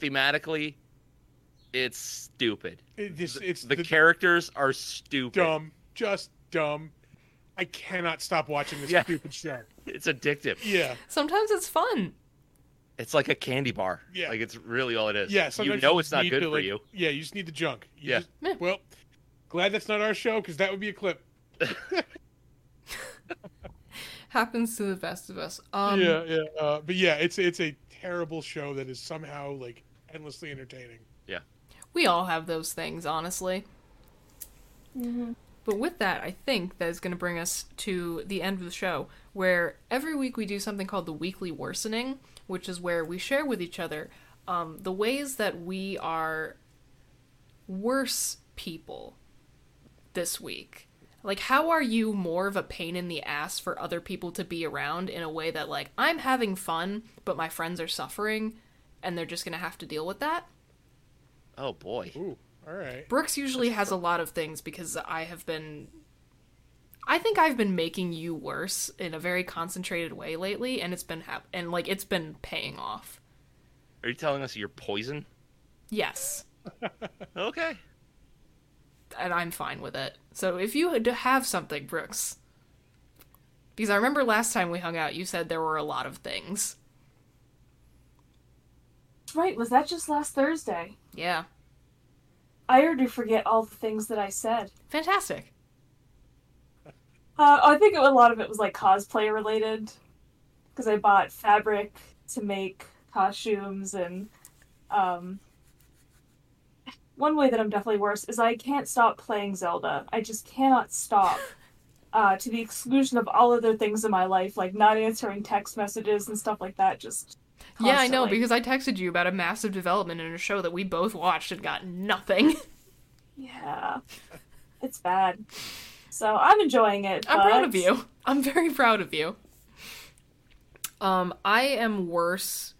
B: thematically, it's stupid.
C: It just, it's
B: The characters are stupid.
C: dumb. Just dumb. I cannot stop watching this stupid show.
B: It's addictive.
C: Yeah.
A: Sometimes it's fun.
B: It's like a candy bar.
C: Yeah.
B: Like it's really all it is.
C: Yeah.
B: You
C: sometimes
B: know
C: just
B: it's not
C: need
B: good
C: to,
B: for
C: like-
B: you.
C: Yeah. You just need the junk. You
B: Yeah.
C: just- well, glad that's not our show because that would be a clip.
A: Happens to the best of us. Um,
C: yeah, yeah. Uh, but yeah, it's it's a terrible show that is somehow like endlessly entertaining.
B: Yeah.
A: We all have those things, honestly. But with that, I think that is going to bring us to the end of the show, where every week we do something called the weekly worsening, which is where we share with each other um, the ways that we are worse people this week. Like, how are you more of a pain in the ass for other people to be around in a way that, like, I'm having fun, but my friends are suffering, and they're just going to have to deal with that?
B: Oh boy.
C: Ooh, all right.
A: Brooks usually has a lot of things because I have been. I think I've been making you worse in a very concentrated way lately, and it's been hap- and like it's been paying off.
B: Are you telling us you're poison?
A: Yes,
B: Okay.
A: and I'm fine with it. So if you had to have something, Brooks, because I remember last time we hung out, you said there were a lot of things.
D: Right, was that just last Thursday?
A: Yeah,
D: I already forget all the things that I said.
A: fantastic.
D: Uh, I think a lot of it was like cosplay related, because I bought fabric to make costumes, and um, one way that I'm definitely worse is I can't stop playing Zelda. I just cannot stop, uh, to the exclusion of all other things in my life, like not answering text messages and stuff like that. Just
A: Yeah, I know
D: constantly.
A: because I texted you about a massive development in a show that we both watched and got nothing.
D: yeah, it's bad. So I'm enjoying it.
A: I'm proud of
D: but-
A: you. I'm very proud of you. Um, I am worse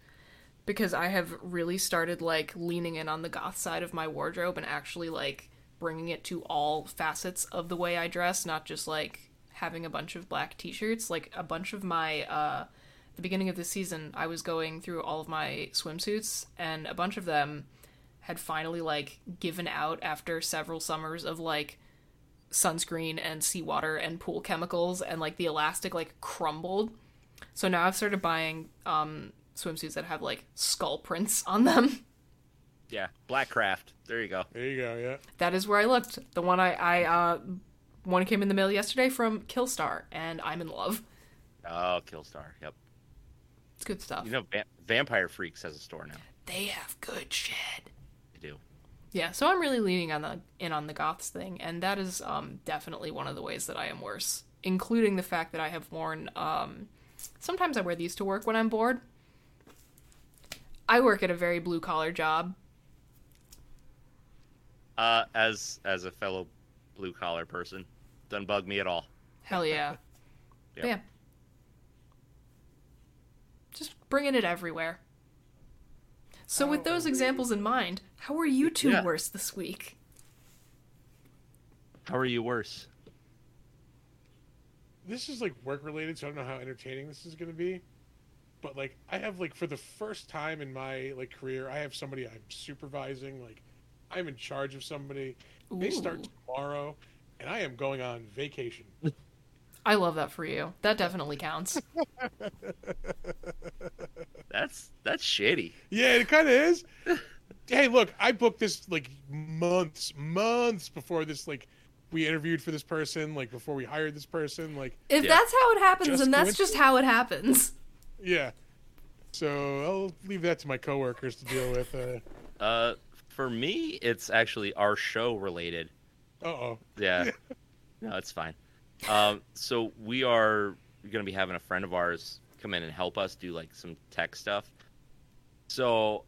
A: because I have really started like leaning in on the goth side of my wardrobe and actually like bringing it to all facets of the way I dress, not just like having a bunch of black t-shirts. Like a bunch of my uh the beginning of the season, I was going through all of my swimsuits and a bunch of them had finally like given out after several summers of like sunscreen and seawater and pool chemicals and like the elastic like crumbled so now i've started buying um swimsuits that have like skull prints on them
B: Yeah. Blackcraft. There you go.
C: There you go. Yeah.
A: that is where i looked the one i i uh one came in the mail yesterday from killstar and i'm in love
B: Oh, Killstar. Yep.
A: it's good stuff
B: You know, Va- Vampire Freaks has a store now.
A: they have good shit
B: They do.
A: yeah so i'm really leaning on the in on the goths thing and that is um definitely one of the ways that i am worse including the fact that i have worn um sometimes i wear these to work when i'm bored i work at a very blue collar job
B: Uh, as as a fellow blue collar person, doesn't bug me at all.
A: hell yeah
B: Yep.
A: yeah just bringing it everywhere so with those examples in mind how are you two
B: Oh. Yeah.
A: worse this week
B: How are you worse?
C: This is like work related, so I don't know how entertaining this is going to be. But like, I have like for the first time in my like career, I have somebody I'm supervising. Like, I'm in charge of somebody. They start
A: Ooh.
C: tomorrow, and I am going on vacation.
A: i love that for you that definitely counts
B: That's that's shitty.
C: Yeah, it kind of is. hey, look, I booked this like months, months before this. Like, we interviewed for this person, like before we hired this person. Like,
A: if that's how it happens
C: Just
A: then that's just
C: coincidence.
A: how it happens
C: yeah. So I'll leave that to my coworkers to deal with. Uh
B: Uh, for me, it's actually our show related.
C: oh.
B: Yeah. no, it's fine. Um, so we are going to be having a friend of ours come in and help us do like some tech stuff. So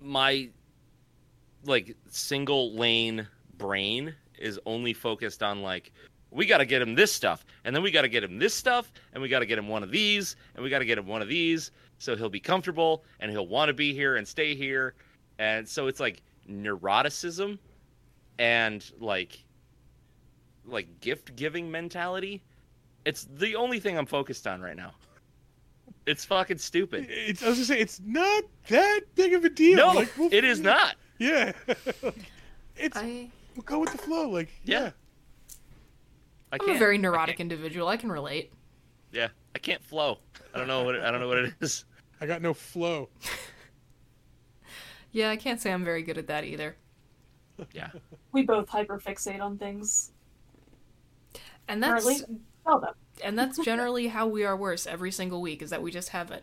B: my like single lane brain is only focused on like we got to get him this stuff and then we got to get him this stuff and we got to get him one of these and we got to get him one of these so he'll be comfortable and he'll want to be here and stay here and so it's like neuroticism and like like gift giving mentality it's the only thing i'm focused on right now it's fucking stupid
C: It's, I was just saying, it's not that big of a deal.
B: no
C: Like, we'll-
B: it is not
C: Yeah. it's
A: I,
C: we'll go with the flow. Like,
B: yeah,
C: yeah.
B: i
A: i'm
B: can't
A: a very neurotic individual i can relate
B: yeah i can't flow i don't know what it, i don't know what it is
C: I got no flow.
A: yeah i can't say i'm very good at that either
B: yeah
D: We both hyperfixate on things.
A: and
D: Or
A: that's
D: at least tell them.
A: and that's generally how we are worse every single week is that we just have a,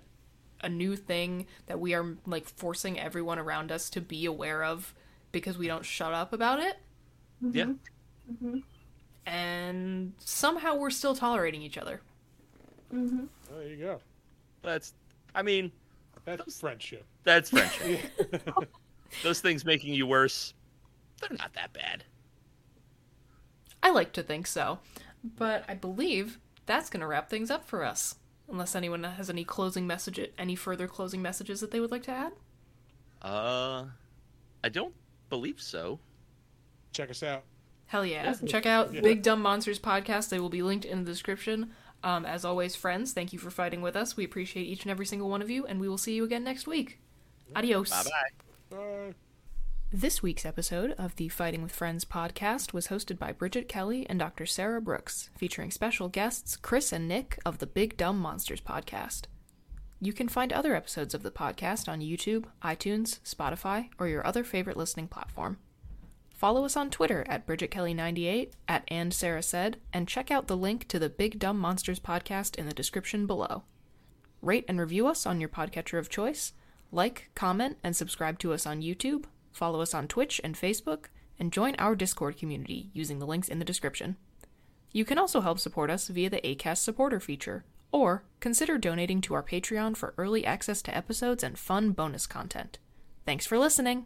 A: a new thing that we are like forcing everyone around us to be aware of because we don't shut up about it.
B: Yeah.
D: Mm-hmm.
A: And somehow we're still tolerating each other.
D: Mm-hmm.
C: There you go.
B: That's, I mean,
C: that's friendship.
B: That's friendship. Those things making you worse, they're not that bad.
A: I like to think so. But I believe that's going to wrap things up for us. Unless anyone has any closing message, any further closing messages that they would like to add.
B: Uh, I don't believe so.
C: Check us out.
A: Hell yeah!
C: Yeah.
A: Check out
C: Yeah.
A: Big Dumb Monsters podcast. They will be linked in the description. Um, as always, friends, thank you for fighting with us. We appreciate each and every single one of you, and we will see you again next week. Adios.
C: bye. Bye.
A: This week's episode of the Fighting with Friends podcast was hosted by Bridget Kelly and Dr. Sarah Brooks, featuring special guests Chris and Nick of the Big Dumb Monsters podcast. You can find other episodes of the podcast on YouTube, iTunes, Spotify, or your other favorite listening platform. Follow us on Twitter at BridgetKelly98, at And Sarah Said, and check out the link to the Big Dumb Monsters podcast in the description below. Rate and review us on your podcatcher of choice. Like, comment, and subscribe to us on YouTube. Follow us on Twitch and Facebook. And join our Discord community using the links in the description. You can also help support us via the ACAST supporter feature, or consider donating to our Patreon for early access to episodes and fun bonus content. Thanks for listening!